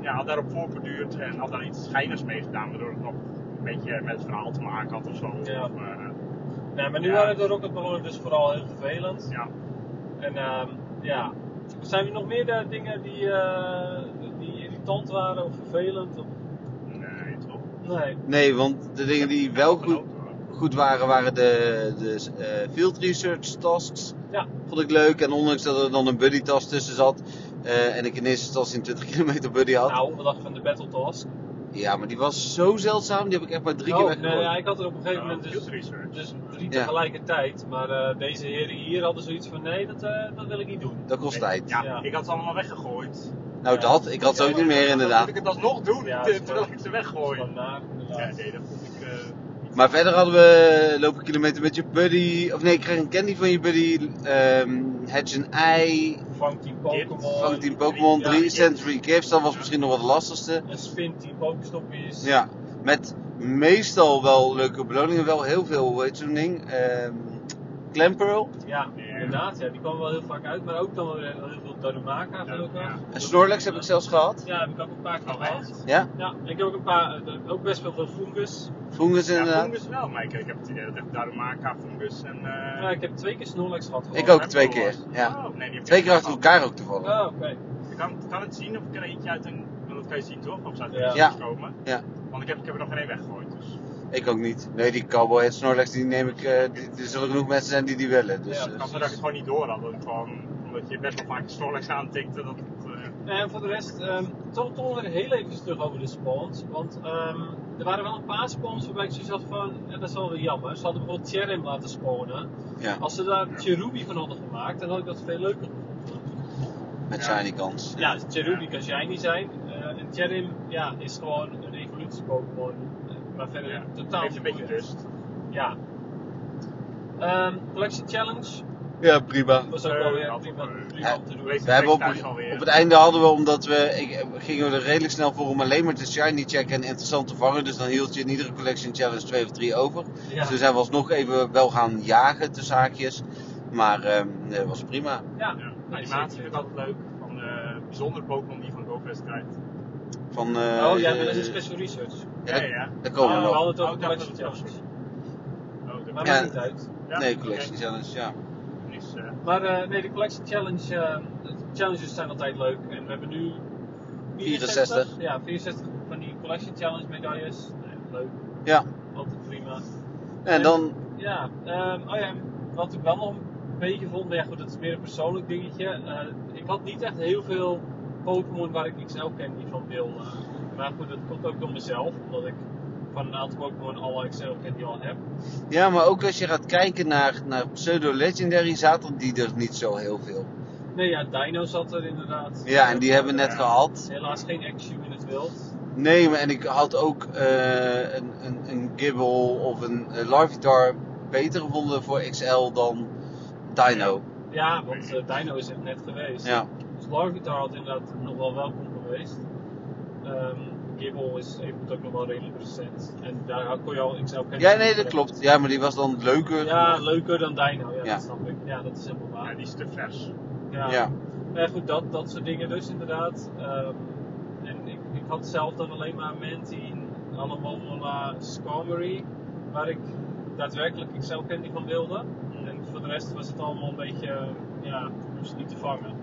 ja, had daarop voorbeduurd en had daar iets schijners mee gedaan, waardoor het nog een beetje met het verhaal te maken had of zo. Ja. Of, eh, Nee, maar nu Ja. waren de rocketballonnen dus vooral heel vervelend. ja. En ehm, ja, zijn er nog meer eh, dingen die, eh, die irritant waren of vervelend? Of... Nee, toch? Nee. Nee, want de dingen die wel goed, Genoten, hoor. goed waren, waren de, de eh, field research tasks. Ja. Vond ik leuk. En ondanks dat er dan een buddy tas tussen zat. eh, en ik in eerste instantie een 20 kilometer buddy had. Nou, wat dacht je van de Battle Task? Ja, maar die was zo zeldzaam. Die heb ik echt maar drie keer Oh, weggegooid. nee, ja, ik had er op een gegeven Ja, moment dus field research. Dus drie Ja. tegelijkertijd. Maar eh, deze heren hier hadden zoiets van: nee, dat, eh, dat wil ik niet doen. Dat kost tijd. Ja, Ja. ik had ze allemaal weggegooid. Nou, Ja. dat. Ik had ze Ja, ook niet meer, inderdaad. Moet ik het alsnog doen, Ja, dat is terwijl wel- ik ze Dat is weggooi? gewoon naar, Dus eh, inderdaad. Ja, nee, dat vond ik... eh, Maar verder hadden we eh, lopen kilometer met je buddy. Of nee, ik kreeg een candy van je buddy. ehm hatch een ei. Vang team Dit Pokémon. Vang team Pokémon. ja, Drie dit. Century Gifts. Dat was misschien nog wat het lastigste. Een spin team Pokestoppies. Ja, met meestal wel leuke beloningen, wel heel veel, hoe heet zo'n ding? Ehm Clamperl Ja, inderdaad. Ja, die kwam wel heel vaak uit. Maar ook dan weer heel veel Darumaka gelukkig. ja. Ja, en Snorlax heb ik zelfs gehad. heb ik ook een paar keer Oh, gehad. echt? Ja, Ja, ik heb ook een paar, eh, ook best wel veel Fungus. Fungus eh, Ja, inderdaad. fungus wel, maar ik, ik heb het idee dat echt Darumaka, fungus en... eh, Ja, ik heb twee keer Snorlax gehad. gewoon. Ik ook Apple twee was. keer, ja. Oh, nee, die heb Twee ik keer achter gehad. elkaar ook toevallig. Oh, oké. Je kan, kan het zien of ik er eentje uit een... Dat kan je zien toch? Of zou het Ja. er Ja. ja. komen? Ja. Want ik heb, ik heb er nog geen één weggegooid, dus... Ik ook niet. Nee, die Cowboy en Snorlax, die neem ik, eh, die, er zullen genoeg mensen zijn die die willen. Dus, Ja, eh, Ik had dat ik het gewoon niet door had. Dat ik gewoon, omdat je best wel vaak Snorlax aantikte, dat het... eh, Nou, En voor de rest, ehm toch, toch weer heel even terug over de spawns. Want ehm, er waren wel een paar spawns waarbij ik zoiets had van, ja, dat is wel weer jammer. Ze hadden bijvoorbeeld Cherim laten spawnen. ja, Als ze daar Cherubi van hadden gemaakt, dan had ik dat veel leuker gevonden. met Ja. shiny kans. Ja, Cherubi kan shiny zijn. Eh, en Cherim ja, is gewoon een evolutie-Pokémon. Eh, Maar verder ja, totaal Heeft een beetje vermoeiend. rust. Ja. Ehm, collectie challenge. Ja, prima. Dat was Eh, ook wel weer prima, prima om te doen. Wees- We hebben op, thuis alweer. op het einde hadden we, omdat we ik, gingen we er redelijk snel voor om alleen maar te shiny checken en interessant te vangen. Dus dan hield je in iedere collection challenge twee of drie over. Ja. Dus toen zijn we alsnog even wel gaan jagen, tussen haakjes. Maar ehm, nee, dat was prima. Ja, Ja, nee, animatie zeker. vind ik altijd leuk. Van eh bijzonder Pokémon die je van GoFest krijgt. Van, eh, Oh ja, maar dat is een special research. Ja, ja. Daar Oh, komen we we nog. hadden het over Oh, dat collection was het. challenge. Oh, dat Maar Ja. maakt niet uit. ja, nee, oké. collection challenge, ja. Dus, eh, Maar eh, nee, de collection challenge, eh, de challenges zijn altijd leuk. En we hebben nu 64. Ja, 64 van die collection challenge medailles. Nee, leuk, Ja, altijd prima. en dan Ja, ehm, oh ja, wat ik wel nog een beetje vond, maar ja goed, dat is meer een persoonlijk dingetje. Eh, ik had niet echt heel veel Pokémon waar ik XL candy van wil. eh. maar goed, dat komt ook door mezelf, omdat ik van een aantal Pokémon alle XL candy al heb. Ja, maar ook als je gaat kijken naar, naar pseudo-legendary, zaten die er niet zo heel veel. Nee, ja, Dino zat er inderdaad. Ja, en die hebben we net Ja. gehad. Helaas geen action in het wild. Nee, maar en ik had ook eh, een, een, een Gibble of een eh, Larvitar beter gevonden voor XL dan Dino. Ja, want eh, Dino is echt net geweest. Ja, Dus Larvitar had inderdaad nog wel welkom geweest. Ehm Gibble is even ook nog wel redelijk recent. En daar kon je al XL candy ja nee, dat klopt. Ja, maar die was dan leuker. Ja, leuker dan Dino, ja, Ja. dat snap ik. Ja, dat is helemaal ja, waar. Ah, die is te vers. Ja. Ja. Nou ja, goed, dat, dat soort dingen dus inderdaad. Ehm, en ik, ik had zelf dan alleen maar Mantine, Alamomola, Skarmory, waar ik daadwerkelijk XL Candy van wilde. En voor de rest was het allemaal een beetje, eh, ja, dus niet te vangen.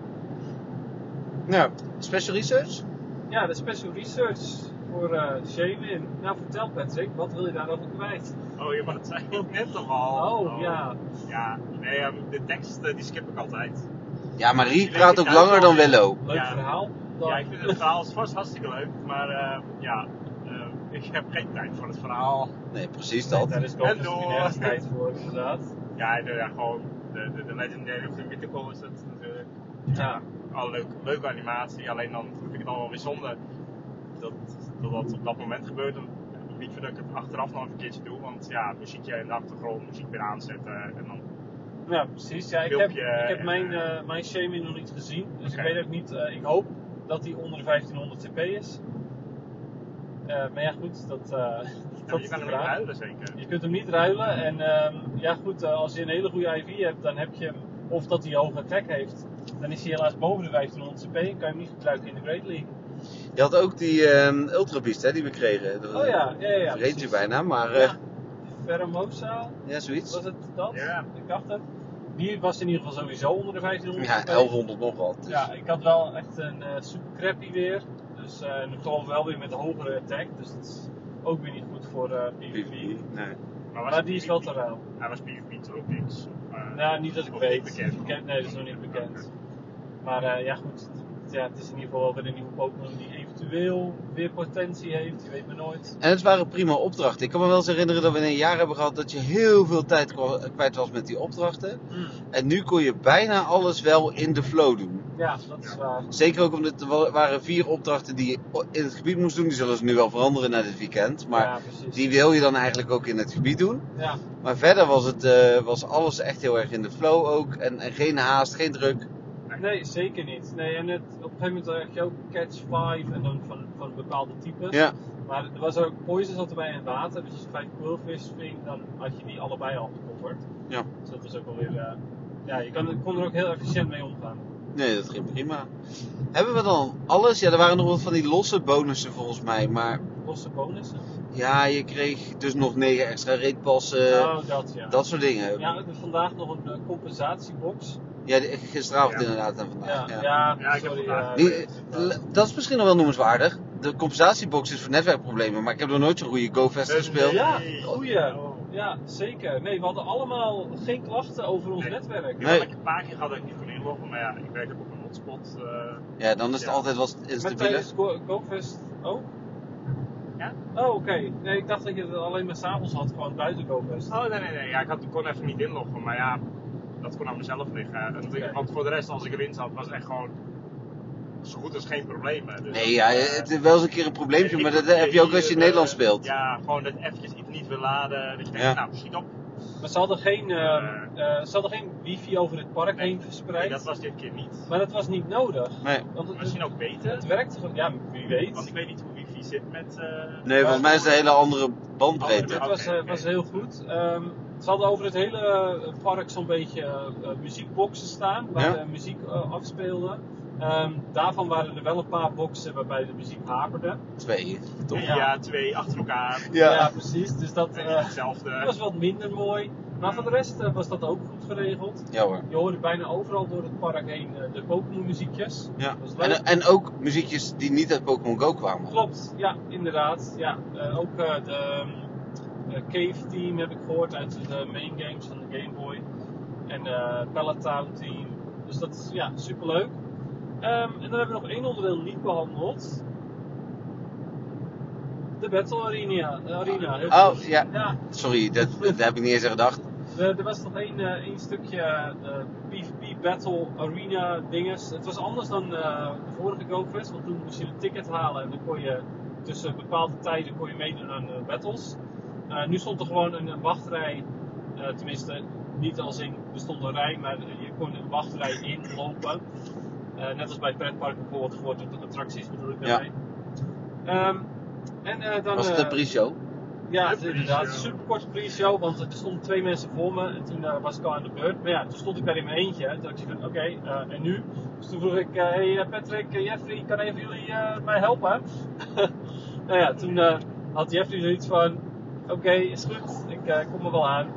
Ja. Special Research? Ja, de special research voor eh Shamin. Nou, vertel Patrick, wat wil je daarover kwijt? Oh ja, maar dat zei ik net al. al. oh. ja. Ja, nee, ehm, de tekst eh, die skip ik altijd. Ja, maar Rie praat ook langer dan Willow. Leuk Ja. verhaal. Dan- Ja, ik vind het verhaal vast hartstikke leuk, maar ehm, ja, ehm, ik heb geen tijd voor het verhaal. Nee, precies dat. Daar is Gopher door. nergens tijd voor, inderdaad. Ja, de, ja gewoon de, de, de Legendary of the Mythical is dat natuurlijk. Ja. Al leuk, leuke animatie, alleen dan vind ik het allemaal weer zonde dat dat, dat op dat moment gebeurt. En Liever dat ik het achteraf nog een keertje doe, want ja, muziekje in de achtergrond, muziek weer aanzetten en dan Ja, precies. Ja, ik heb, Filmpje ik heb en, mijn, eh, eh mijn Shamin nog niet gezien. Dus Oké. ik weet ook niet. eh, ik hoop dat hij onder de 1500 TP is. Eh, maar ja, goed, dat, eh, ja, dat Nou, je is kan de er niet vraag. huilen zeker. Je kunt hem niet ruilen. En ehm, ja, goed, eh, als je een hele goede IV hebt, dan heb je hem. Of dat hij hoge attack heeft, dan is hij helaas boven de 1500 CP. Kan je hem niet gebruiken in de Great League. Je had ook die ehm Ultra Beast hè, die we kregen. Dat- Oh ja, ja, ja. ja Vergeet je precies. bijna, maar eh, Ja. Veramosa, ja, zoiets. was het dat? Ja. Ik dacht het. Die was in ieder geval sowieso onder de 1500 Ja, CP. 1100 nog wat. Dus. Ja, ik had wel echt een eh super crappy weer. Dus eh, en ik geloof wel weer met een hogere attack. Dus dat is ook weer niet goed voor eh PvP. Nee. was Maar nou, die is wel te PvP? ruil. Hij was PvP toch ook niks? Of, eh, Nou, niet dat ik of weet. bekend. Bekend- nee, dat is nog niet bekend. Maar eh, ja, goed. het- Ja, het is in ieder geval wel weer een nieuwe Pokémon die eventueel weer potentie heeft. Je weet maar nooit. En het waren prima opdrachten. Ik kan me wel eens herinneren dat we een jaar hebben gehad dat je heel veel tijd kwa- kwijt was met die opdrachten. En nu kon je bijna alles wel in de flow doen. Ja, dat is waar. Zeker ook omdat er wa- waren vier opdrachten die je o- in het gebied moest doen. Die zullen ze nu wel veranderen na dit weekend. Maar ja, precies. die wil je dan eigenlijk ook in het gebied doen. Ja, Maar verder was, het, eh, was alles echt heel erg in de flow ook. En, en geen haast, geen druk. nee, zeker niet. Nee, en het, op een gegeven moment had je ook Catch 5 en dan van, van bepaalde types. Ja, Maar er was ook Poison zat erbij en water. Dus als je vijf quillfish ving, dan had je die allebei al gecoverd. Ja. Dus dat was ook wel weer. eh, ja, je kan, kon er ook heel efficiënt mee omgaan. nee, dat ging prima. Hebben we dan alles? Ja, er waren nog wat van die losse bonussen volgens mij. Maar Losse bonussen. Ja, je kreeg dus nog 9 extra reetpassen. oh, dat ja. Eh, Dat soort dingen. Ja, ik heb vandaag nog een eh, compensatiebox. Ja, die- gisteravond Ja. inderdaad en vandaag. Ah, Ja. Ja, ik heb sorry. vandaag- eh, Die- eh, l- dat is misschien nog wel noemenswaardig. De compensatiebox is voor netwerkproblemen, maar ik heb nog nooit zo'n goede GoFest Nee, gespeeld. nee. Ja, Hey. goeie. Oh. Ja, zeker. Nee, we hadden allemaal geen klachten over ons Nee. netwerk. Ik Nee. heb ik een paar keer gehad dat ik niet kon inloggen, maar ja, ik werk ook op een hotspot. eh, Ja, dan is het Ja. altijd wat Maar instabieler. tijdens Go- GoFest ook? Ja? Oh, oké. Nee, ik dacht dat je het alleen maar s'avonds had, gewoon buiten GoFest. Oh nee, nee, nee. Ja, ik had, kon even niet inloggen, maar ja, dat kon aan mezelf liggen. En toen- Oké. Want voor de rest, als ik erin zat, was het echt gewoon zo goed als geen probleem. hè. Dus, Nee, ja, eh, het is wel eens een keer een probleempje, ik maar dat word heb je ook hier, als je in eh, Nederland speelt. Ja, gewoon dat eventjes iets niet wil laden. Dat je denkt, Ja. nou, schiet op. Maar ze hadden geen, eh, Eh. eh, ze hadden geen wifi over het park heen verspreid. Nee, dat was dit keer niet. Maar dat was niet nodig. Nee. Want het, Misschien ook beter. het werkte gewoon, ja, wie weet. Want ik weet niet hoe wifi zit met. eh, Nee, volgens mij is het een hele andere Andere bandbreedte. Dit was, eh, Oké, oké. was heel goed. Ehm, ze hadden over het hele eh, park zo'n beetje eh, eh, muziekboxen staan, waar Ja. de muziek eh, afspeelde. Ehm, daarvan waren er wel een paar boxen waarbij de muziek haperde. Twee, toch? Ja, twee achter elkaar. precies. Dus dat En eh, hetzelfde. was wat minder mooi. Maar voor de rest eh, was dat ook goed geregeld. Ja hoor. Je hoorde bijna overal door het park heen eh, de Pokémon muziekjes. Ja. Dat was leuk. En, eh, en ook muziekjes die niet uit Pokémon Go kwamen. Klopt, ja, inderdaad. Ja. Eh, ook eh, de ehm, eh, Cave Team heb ik gehoord uit de main games van de Game Boy. En eh Palatown Team. Dus dat is ja, superleuk. Ehm, en dan hebben we nog één onderdeel niet behandeld. De Battle Arena. eh, arena heel Oh, goed. ja. ja Eh. Sorry, dat, dat heb ik niet eens aan gedacht. er, er was nog één, eh, één stukje eh, PvP Battle Arena dinges. Het was anders dan eh, de vorige GoFest, want toen moest je een ticket halen en dan kon je tussen bepaalde tijden kon je meedoen aan eh, battles. Eh, nu stond er gewoon een, een wachtrij, eh, tenminste niet als in er stond een rij, maar eh, je kon een wachtrij inlopen. Eh, net als bij pretparken bijvoorbeeld, voor de attracties bedoel ik daarmee. Ehm, en, eh, dan, Was het eh, de pre-show? ja, De inderdaad. pre-show. Super korte pre-show, want er stonden twee mensen voor me en toen eh, was ik al aan de beurt. Maar ja, toen stond ik bij in mijn eentje. Toen dacht ik van, oké, eh, en nu? Dus toen vroeg ik, eh, hey eh, Patrick, eh, Jeffrey, kan even jullie eh, mij helpen? nou ja, toen eh, had Jeffrey zoiets van, oké, is goed, ik eh, kom er wel aan.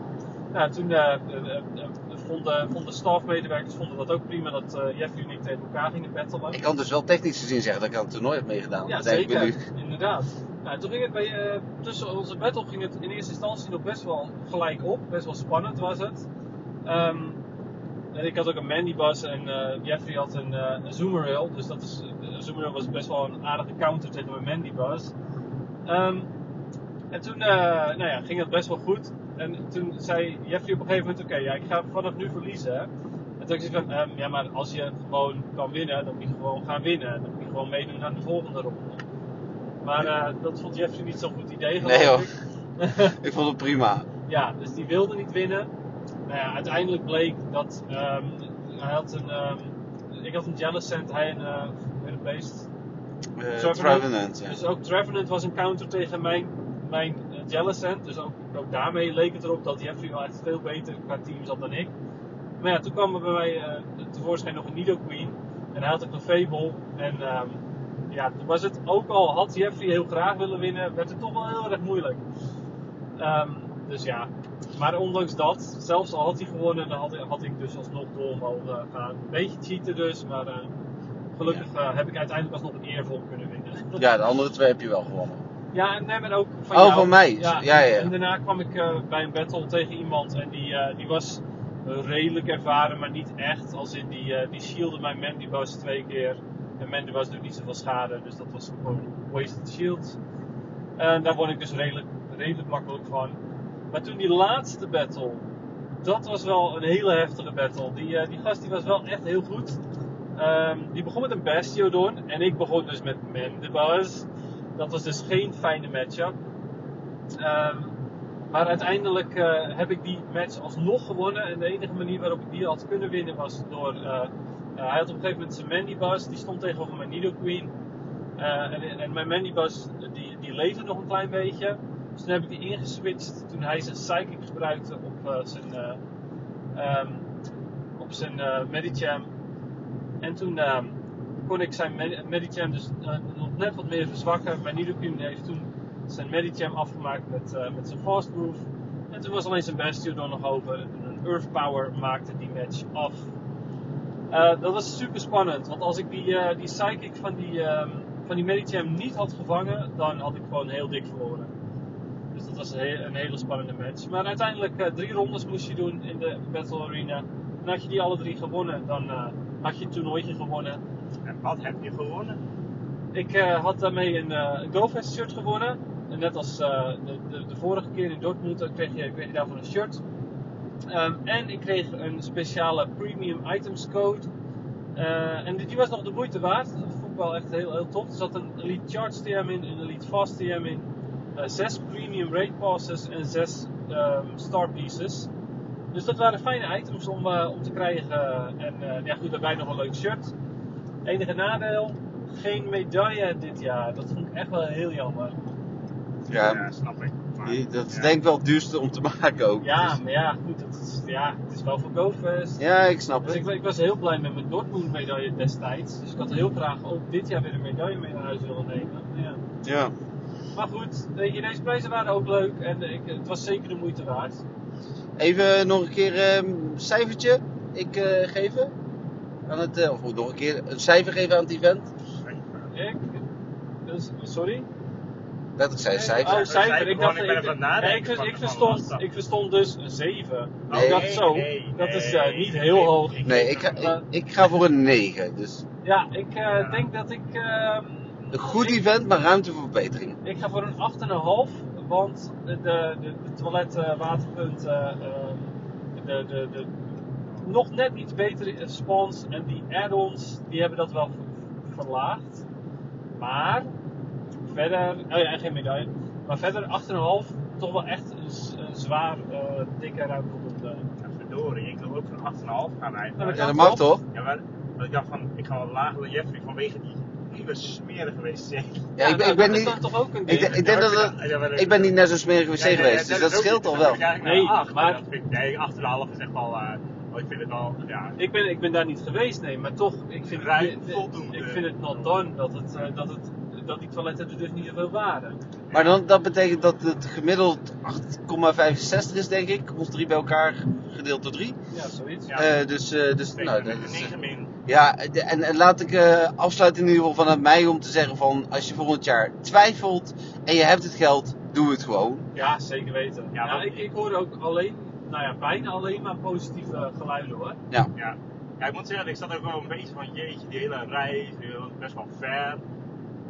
Nou, toen eh, eh, eh, eh, vonden, vonden stafmedewerkers vonden dat ook prima dat eh, Jeffrey en ik tegen elkaar gingen battelen. Ik kan dus wel technisch gezien zeggen dat ik aan het toernooi heb meegedaan. Ja, Dat is eigenlijk zeker. wel nu- Inderdaad. Nou, toen ging het bij, eh, tussen onze battle ging het in eerste instantie nog best wel gelijk op. Best wel spannend was het. Ehm, en ik had ook een Mandybus en eh, Jeffrey had een, eh een Zoomerail. Dus dat is, een Zoomerail was best wel een aardige counter tegen mijn Mandybus. Ehm, en toen eh, nou ja, ging het best wel goed. En toen zei Jeffrey op een gegeven moment, oké, ja, ik ga vanaf nu verliezen. hè. En toen zei ik van, ehm, ja, maar als je gewoon kan winnen, dan moet je gewoon gaan winnen. Dan moet je gewoon meedoen aan de volgende ronde. Maar eh, dat vond Jeffrey niet zo'n goed idee, geloof Nee, joh. ik. Ik vond het prima. Ja, dus die wilde niet winnen. Nou ja, uiteindelijk bleek dat ehm, hij had een, ehm, ik had een Jellicent, hij een, eh een beest. Uh, Trevenant. Trevenant, ja. Dus ook Trevenant was een counter tegen mijn, mijn eh, Jellicent. Dus ook, ook daarmee leek het erop dat Jeffrey wel echt veel beter qua team zat dan ik. Maar ja, toen kwam er bij mij eh, tevoorschijn nog een Nido Queen. En hij had ook een Fable. En ehm, ja, toen was het ook al had Jeffrey heel graag willen winnen, werd het toch wel heel erg moeilijk. Ehm, dus ja, maar ondanks dat, zelfs al had hij gewonnen, dan had, had ik dus alsnog door mogen gaan. Een beetje cheaten dus, maar eh, gelukkig eh, heb ik uiteindelijk alsnog eervol kunnen winnen. Ja, de andere twee heb je wel gewonnen. Ja, en nee, maar ook van Oh, jou. van mij. Ja, ja. En daarna kwam ik eh, bij een battle tegen iemand en die, eh, die was redelijk ervaren, maar niet echt. Als in die, eh die shieldde mijn Mandibus twee keer. En Mandibus doet niet zoveel schade, dus dat was gewoon wasted shield. En daar won ik dus redelijk, redelijk makkelijk van. Maar toen die laatste battle, dat was wel een hele heftige battle. Die, eh, die gast die was wel echt heel goed. Ehm, die begon met een Bastiodon en ik begon dus met Mandibuzz. Dat was dus geen fijne matchup. Ehm, maar uiteindelijk eh, heb ik die match alsnog gewonnen. En de enige manier waarop ik die had kunnen winnen was door. eh, eh, hij had op een gegeven moment zijn Mandibuzz, die stond tegenover mijn Nido Queen. Eh, en, en mijn Mandibuzz die, die leefde nog een klein beetje. Dus toen heb ik die ingeswitcht toen hij zijn Psychic gebruikte op eh, zijn, eh ehm, op zijn eh, Medicham. En toen ehm, kon ik zijn Medi- Medicham dus eh, nog net wat meer verzwakken. Mijn Nidoking heeft toen zijn Medicham afgemaakt met, eh, met zijn Fast Groove. En toen was alleen zijn Bastiodon nog over. En een Earth Power maakte die match af. Eh, dat was super spannend, want als ik die, eh, die Psychic van die, ehm van die Medicham niet had gevangen, dan had ik gewoon heel dik verloren. Dus dat was een, he- een hele spannende match. Maar uiteindelijk eh, drie rondes moest je doen in de Battle Arena. En had je die alle drie gewonnen, dan eh, had je het toernooitje gewonnen. En wat heb je gewonnen? Ik eh, had daarmee een eh, een GoFest shirt gewonnen. En net als eh, de, de, de vorige keer in Dortmund eh, kreeg je, kreeg je daarvoor een shirt. Ehm, en ik kreeg een speciale premium items code. Eh, en die die was nog de moeite waard. Dat vond ik wel echt heel, heel tof. Er zat een Elite Charge TM in, een Elite Fast TM in. eh, zes premium rate passes en zes ehm, star pieces. Dus dat waren fijne items om, eh, om te krijgen. En eh, ja, goed, daarbij nog een leuk shirt. Enige nadeel, geen medaille dit jaar. Dat vond ik echt wel heel jammer. Ja, snap ik. Maar, die- dat is ja. denk ik wel het duurste om te maken ook. Ja, Dus- maar ja, goed, dat is, ja, het is wel voor GoFest. ja ik snap Dus het. ik, ik was heel blij met mijn Dortmund medaille destijds. Dus ik had heel graag ook dit jaar weer een medaille mee naar huis willen nemen. Maar Ja. Ja. Maar goed, weet je, deze prijzen waren ook leuk en ik, het was zeker de moeite waard. Even nog een keer eh, een cijfertje ik, eh, geven. Aan het, eh, of moet ik nog een keer een cijfer geven aan het event. Ik, dus, sorry? Dat zei een cijfer. Oh, cijfer. cijfer, Ik gewoon, dacht, ik ben even aan het nadenken ik, vers- van- ik, van wat verstond, dat- ik verstond dus een 7. Nee. ik dacht zo, dat is eh, niet heel hoog. Nee, ik ga, ik, ik ga voor een 9. Dus Ja, ik eh, denk dat ik... ehm, een goed ik- event, maar ruimte voor verbetering. Ik ga voor een 8,5, want de, de, de toiletten, waterpunten, ehm, de, de, de nog net iets betere spons en die add-ons, die hebben dat wel ver- verlaagd. Maar verder, oh ja, en geen medaille, maar verder 8,5, toch wel echt een, z- een zwaar, eh, dikke ruimte. eh, op de- Verdorie, ik wil ook van 8,5 gaan rijden. Ja, Ja, dat mag toch? Ja, maar dat ik dacht van, ik ga wel lager dan Jeffrey vanwege die nieuwe smerige wc. Ja, ik, ben- nou, ik ben dat is niet... dan toch ook een Ik, ding. denk- ik denk dat het- ik ben niet naar zo'n smerige wc geweest, dus dat scheelt al wel. Nee, Nee, maar- maar... Nee, 8,5 is echt wel... eh, oh, ik vind het wel, ja... Ik ben, ik ben daar niet geweest, nee, maar toch, ik vind, Ruim ik- voldoende. ik vind het not done dat, het, eh, dat, het, dat die toiletten er dus niet zoveel waren. Maar dan, dat betekent dat het gemiddeld 8,65 is, denk ik. Ons drie bij elkaar gedeeld door drie. Ja, zoiets. Ja. Eh, dus, eh, dus ik nou, ben dat een is, 9 min. ja, de- en, en laat ik eh, afsluiten in ieder geval vanuit mij om te zeggen van... Als je volgend jaar twijfelt en je hebt het geld, doe het gewoon. Ja, zeker weten. Ja, Ja, want- ik, ik hoor ook alleen, nou ja, bijna alleen maar positieve geluiden hoor. Ja. ja, ik moet zeggen, ik zat ook wel een beetje van, jeetje, die hele rij is nu wel best wel ver.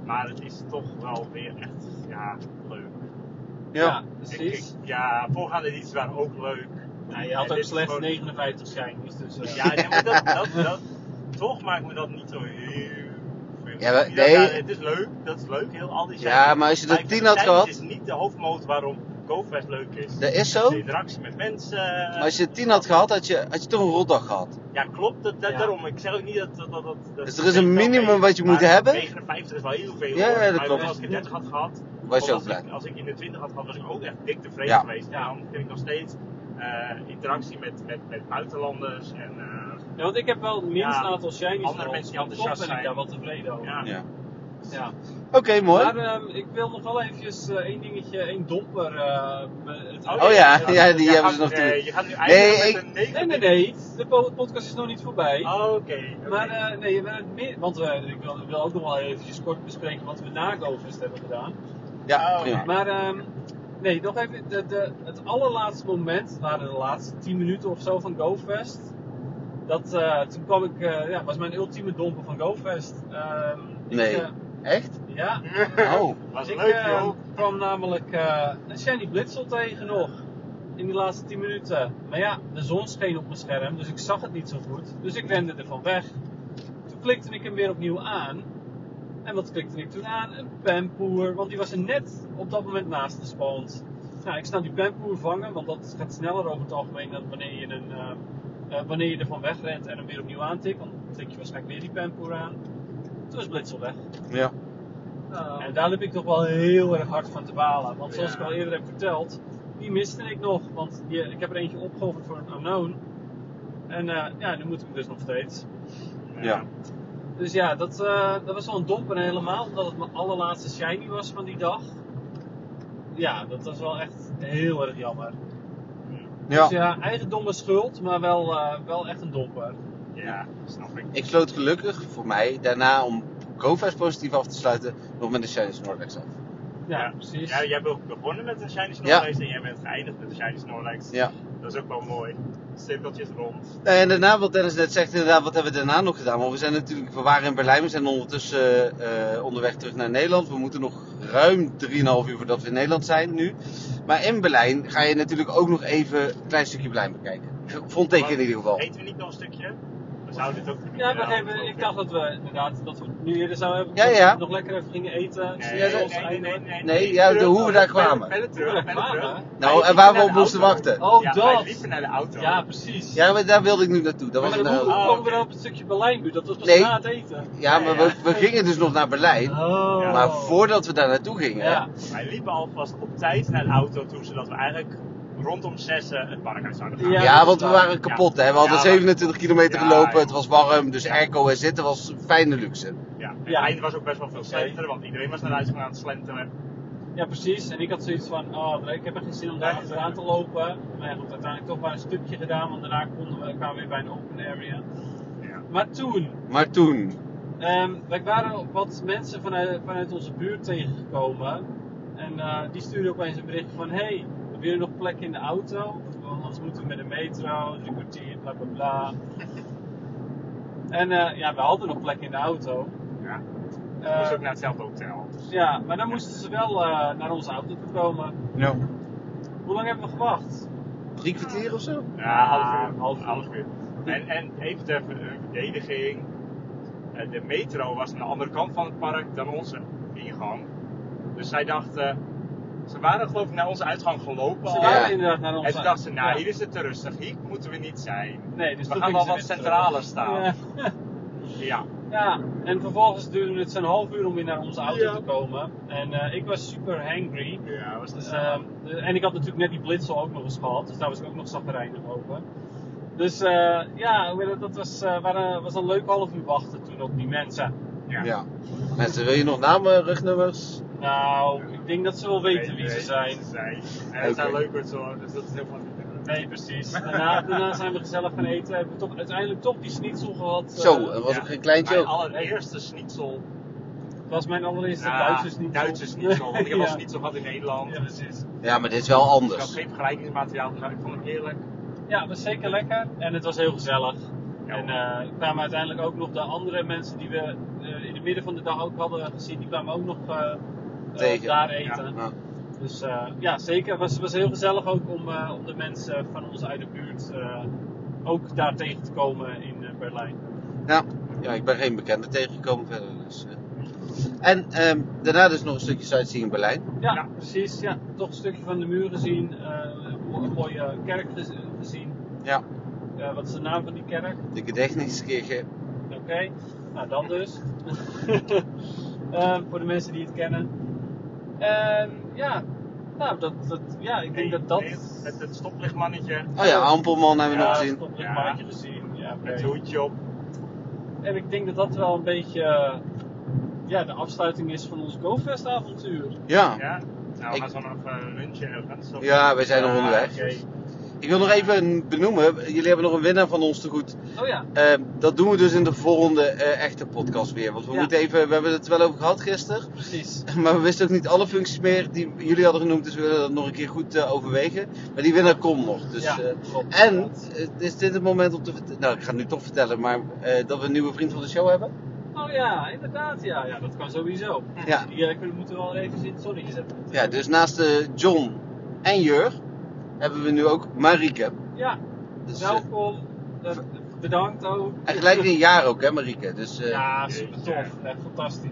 Maar het is toch wel weer echt, ja, leuk. Ik- precies. ik- ja, voorgaande edities waren ook leuk. nou, je En had ook dit is slechts gewoon- 59 shinies, dus eh, Ja, nee, maar dat, dat, dat, toch maakt me dat niet zo heel veel. Ja, maar- Ja, nee. ja, het is leuk, dat is leuk, heel al die Ja, zaken. maar als je dat ik 10 vind had gehad- Het is niet de hoofdmoot waarom GoFest leuk is. Dat is De zo. interactie met mensen. Maar als je tien had gehad, had je, had je toch een rotdag gehad. Ja, klopt. Dat, dat, Ja. Daarom, ik zeg ook niet dat... dat, dat, dat dat- Dus er is een minimum wel mee. wat je moet Maar hebben? 59 is wel heel veel. Ja, hoor. ja, dat Maar klopt. Als ik in 30 had gehad... Was je of ook als, blij. ik, als ik in de 20 had gehad, was ik ook echt dik tevreden Ja. geweest. Ja. Dan vind ik nog steeds eh, interactie met, met, met buitenlanders en... eh, ja, want ik heb wel het minst Ja, aantal shinies andere gehad, mensen die maar enthousiast toch ben zijn. ik daar wel tevreden over. ja. Ja. Ja. Oké, mooi. Maar ehm, ik wil nog wel eventjes eh, één dingetje, één domper. eh, be- het- Oh ja, ja, die Jij hebben ze gaat- nog eh, toen. Je gaat nu Nee, eindigen met ik- een 9. Nee, nee, nee, de po- podcast is nog niet voorbij. Oh, oké. oké. Maar eh, nee, we hebben meer, want we, ik wil, wil ook nog wel eventjes kort bespreken wat we na GoFest hebben gedaan. Ja, Oh. prima. Maar ehm, nee, nog even, de, de, het allerlaatste moment waren de laatste 10 minuten of zo van GoFest. Dat, eh, toen kwam ik, eh, ja, was mijn ultieme domper van GoFest. Ehm, ik, Nee. eh, Echt? ja, Oh. Was ik leuk, eh, joh. kwam namelijk eh een shiny blitzel tegen nog. In die laatste 10 minuten. Maar ja, de zon scheen op mijn scherm, dus ik zag het niet zo goed. Dus ik rende ervan weg. Toen klikte ik hem weer opnieuw aan. En wat klikte ik toen aan? Een pampoer, want die was er net op dat moment naast gespawnd. Nou, ik snap die pampoer vangen, want dat gaat sneller over het algemeen dan wanneer je, een, eh, eh, wanneer je ervan wegrent en hem weer opnieuw aantikt. Want dan tik je waarschijnlijk weer die pampoer aan. Toen is blitzel weg. Ja. Nou. En daar liep ik toch wel heel erg hard van te balen. Want zoals Ja. ik al eerder heb verteld, die miste ik nog. Want die, ik heb er eentje opgeofferd voor een unknown. En eh, ja, nu moet ik hem dus nog steeds. Ja. Dus ja, dat, eh, dat was wel een domper helemaal. Omdat het mijn allerlaatste shiny was van die dag. Ja, dat was wel echt heel erg jammer. Dus Ja. ja, eigen domme schuld, maar wel, eh, wel echt een domper. Ja, snap ik. Ik sloot gelukkig voor mij daarna om GoFest positief af te sluiten nog met de Shiny Snorlax af. Ja, precies. Ja, Ja, jij hebt ook begonnen met de Shiny Snorlax en jij bent geëindigd met de Shiny Snorlax. Ja. Dat is ook wel mooi. Cirkeltjes rond. Nou, en daarna, wat Dennis net zegt, inderdaad, wat hebben we daarna nog gedaan? Want we zijn natuurlijk, we waren in Berlijn, we zijn ondertussen eh, eh, onderweg terug naar Nederland. We moeten nog ruim 3,5 uur voordat we in Nederland zijn nu. Maar in Berlijn ga je natuurlijk ook nog even een klein stukje Berlijn bekijken. Vond ik in ieder geval. Eten we niet nog een stukje? We zouden dit ook kunnen maar even, ik dacht dat we inderdaad dat we nu jullie zo hebben Ja, ja. nog lekker even gingen eten. Ik zie ja, ons dat- einde. Nee, ja, de- hoe we daar kwamen. Verder terug, Hoe we verder daar terug. kwamen? Wij Nou, en liepen waar we naar op de moesten auto. wachten. Oh, ja, wij dat! liepen naar de auto. Ja, precies. Ja, maar daar wilde ik nu naartoe. Dat was maar het, dan hoe eh, oh, kwamen we oké. dan op het stukje Berlijn nu? Dat was pas Nee. na het eten. ja, maar we, Ja, ja. we gingen dus nog naar Berlijn. Oh. Maar voordat we daar naartoe gingen, Ja. Wij liepen alvast op tijd naar de auto toe, zodat we eigenlijk rondom zessen het park uit zouden gaan. Ja, Ja, dat want is we waar. waren kapot. Hè? We hadden Ja, 27 kilometer Ja, gelopen, joh. het was warm, dus Ja. airco en zitten was fijne luxe. Ja, en Ja. het einde was ook best wel veel slenteren, want iedereen was naar huis gegaan aan het slenteren. ja, precies. En ik had zoiets van, oh, nee, ik heb er geen zin om daar Nee. achteraan te lopen. Maar ja, goed, uiteindelijk toch maar een stukje gedaan, want daarna konden we elkaar weer bij een open area. Ja. Maar toen, Maar toen, Ehm, wij waren wat mensen vanuit, vanuit onze buurt tegengekomen. En eh, die stuurden opeens een bericht van... hey, hebben jullie nog plek in de auto? Want Anders moeten we met de metro, drie kwartier, bla bla bla. En eh, ja, we hadden nog plek in de auto. Ja. Eh, Dus ook naar hetzelfde hotel. Dus ja, maar dan moesten ze wel eh, naar onze auto toe komen. nou, Hoe lang hebben we gewacht? drie kwartier of zo? Ja, half uur. half uur. half uur. En, en even ter ver- verdediging. eh, De metro was aan de andere kant van het park dan onze ingang. Dus zij dachten, ze waren geloof ik naar onze uitgang gelopen Ze al. waren Ja. inderdaad naar onze En toen dachten ze, nou Ja. hier is het te rustig, hier moeten we niet zijn. Nee, dus we toen gaan gingen wel ze wat weer centraler terug. staan. Ja. Ja, Ja, en vervolgens duurde het zo'n half uur om weer naar onze auto Ja. te komen. En eh, ik was super hangry. ja was Dus, dus, ehm, de- en ik had natuurlijk net die blitzel ook nog eens gehad. Dus daar was ik ook nog zagrijnig over. Dus eh, ja, hoe heet het, dat was, eh, waren- was een leuk half uur wachten toen op die mensen. ja. Ja. Mensen, wil je nog namen, rugnummers? Nou, ik denk dat ze wel weten wie ze zijn. En het zijn Oké. leuke zo, dus dat is heel fijn. Nee, precies. Daarna, daarna zijn we gezellig gaan eten. Hebben we toch, uiteindelijk toch die schnitzel gehad. eh, Zo, er was ja. ook geen kleintje Mijn ook. allereerste schnitzel. dat was mijn allereerste Ja, Duitse schnitzel. Duitse schnitzel, want ik heb al Ja. schnitzel gehad in Nederland. Ja, precies. Ja, maar dit is wel Ik had anders. geen vergelijkingsmateriaal, dus ik vond het heerlijk. Ja, het was zeker lekker en het was heel gezellig. Ja. en eh, kwamen uiteindelijk ook nog de andere mensen die we eh, in het midden van de dag ook hadden gezien, die kwamen ook nog eh, eh, Tegen. daar eten. Ja. Dus eh, ja, zeker. Het was, was heel gezellig ook om, eh, om de mensen van ons uit de buurt eh, ook daar tegen te komen in eh, Berlijn. Ja. ja, ik ben geen bekende tegengekomen verder. Dus, eh. En ehm, daarna dus nog een stukje sightseeing in Berlijn. Ja, Ja. precies. Ja. Toch een stukje van de muur gezien, eh, een mooie kerk gez- gezien. Ja, Eh, wat is de naam van die kerk? de Gedächtniskirche. Oké, nou dan dus. Ehm, voor de mensen die het kennen. Ehm, ja, nou dat, dat, ja, ik denk Nee, dat dat... nee, het, het stoplichtmannetje, Oh ja, Ampelman hebben we ja, nog dat gezien. komt een maandje gezien. Ja, oké. het hoedje op. En ik denk dat dat wel een beetje eh, ja, de afsluiting is van ons GoFest avontuur. Ja. Ja. Nou, we Ik- gaan zo nog even lunchen ergens. of- ja, we zijn nog Ah, onderweg. oké. Ik wil nog even benoemen, jullie hebben nog een winnaar van ons te goed. Oh ja, Ehm, dat doen we dus in de volgende eh, echte podcast weer. Want we Ja. moeten even, we hebben het er wel over gehad gisteren. precies. Maar we wisten ook niet alle functies meer die jullie hadden genoemd. Dus we willen dat nog een keer goed eh, overwegen. Maar die winnaar komt nog. Dus, Ja, eh, klopt, en inderdaad. eh, is dit het moment om te vertellen. Nou, ik ga het nu toch vertellen. Maar eh, dat we een nieuwe vriend van de show hebben. Oh ja, inderdaad, ja, ja dat kan sowieso. Ja. Die eh, kunnen- moeten we wel even in het zonnetje zetten. Ja, dus naast eh, John en Jur hebben we nu ook Marieke. Ja, Dus, Nou. eh, welkom. Eh, bedankt ook. en gelijk in jaar ook, hè, Marieke. Dus, eh, ja. ja, super tof. Echt fantastisch.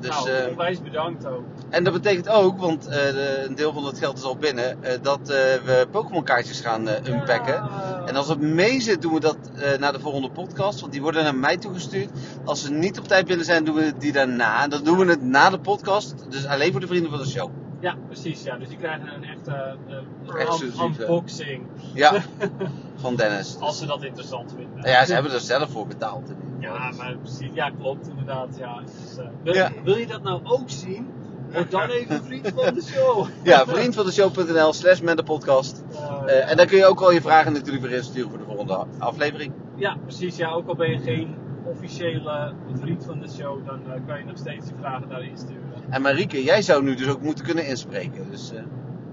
dus, nou, eh, onwijs bedankt ook. En dat betekent ook, want eh, de- een deel van het geld is al binnen, eh, dat eh, we Pokémon kaartjes gaan eh, unpacken. Ja. En als het mee zit, doen we dat eh naar de volgende podcast, want die worden naar mij toegestuurd. Als ze niet op tijd willen zijn, doen we die daarna. En dan doen we het na de podcast, dus alleen voor de vrienden van de show. Ja, precies. Ja. Dus die krijgen een echte eh, een Exclusief, un- hè? unboxing. Ja, van Dennis. Als ze dat interessant vinden. Nou ja, ze hebben er zelf voor betaald. in ieder geval. Ja, maar precies. Ja, klopt. Inderdaad. Ja. Dus, eh, wil, Ja. wil je dat nou ook zien? Word dan even vriend van de show. Ja, vriendvandeshow.nl slash met de podcast. Eh, Eh, en daar kun je ook al je vragen natuurlijk weer insturen voor de volgende aflevering. ja, precies. Ja, ook al ben je geen officiële vriend van de show, dan eh, kan je nog steeds je vragen daarin sturen. En Marieke, jij zou nu dus ook moeten kunnen inspreken. Dus, eh,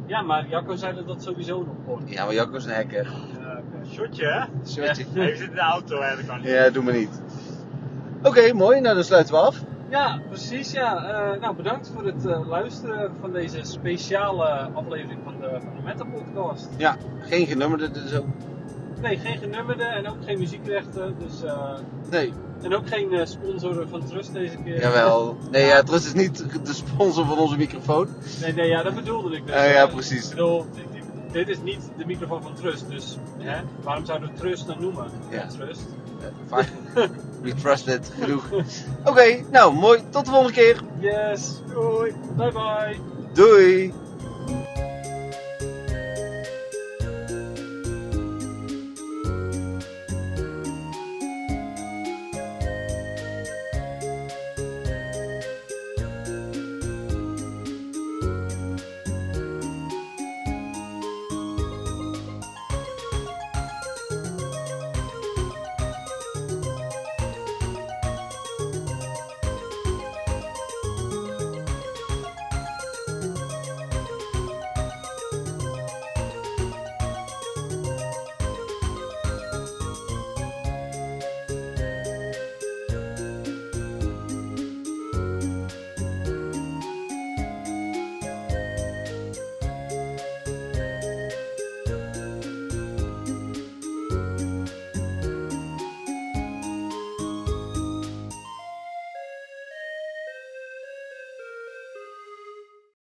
Ja, maar Jacco zei dat dat sowieso nog Eh, kon. ja, maar Jacco is een hacker. Ja, oké. Shotje, hè? Shotje. Hey, we zitten in de auto, hè? Dat kan niet. Ja, doe maar niet. Oké, mooi. Nou, dan sluiten we af. Ja, precies. Ja. Eh, nou, bedankt voor het eh, luisteren van deze speciale aflevering van de, van de Meta Podcast. Ja, geen genummerde dus ook. Nee, geen genummerde en ook geen muziekrechten. Dus eh, Nee, En ook geen eh, sponsoren van Trust deze keer. Jawel. Nee, ja, Trust is niet de sponsor van onze microfoon. Nee, nee, ja, dat bedoelde ik. Dus, Eh, ja, eh, precies. Ik bedoel, dit- dit- dit is niet de microfoon van Trust, dus hè, waarom zouden we Trust dan noemen? Ja. Ja, Trust. Eh, vaak. We trust it. Genoeg. Oké, nou mooi. Tot de volgende keer. Yes, doei, bye bye. Doei.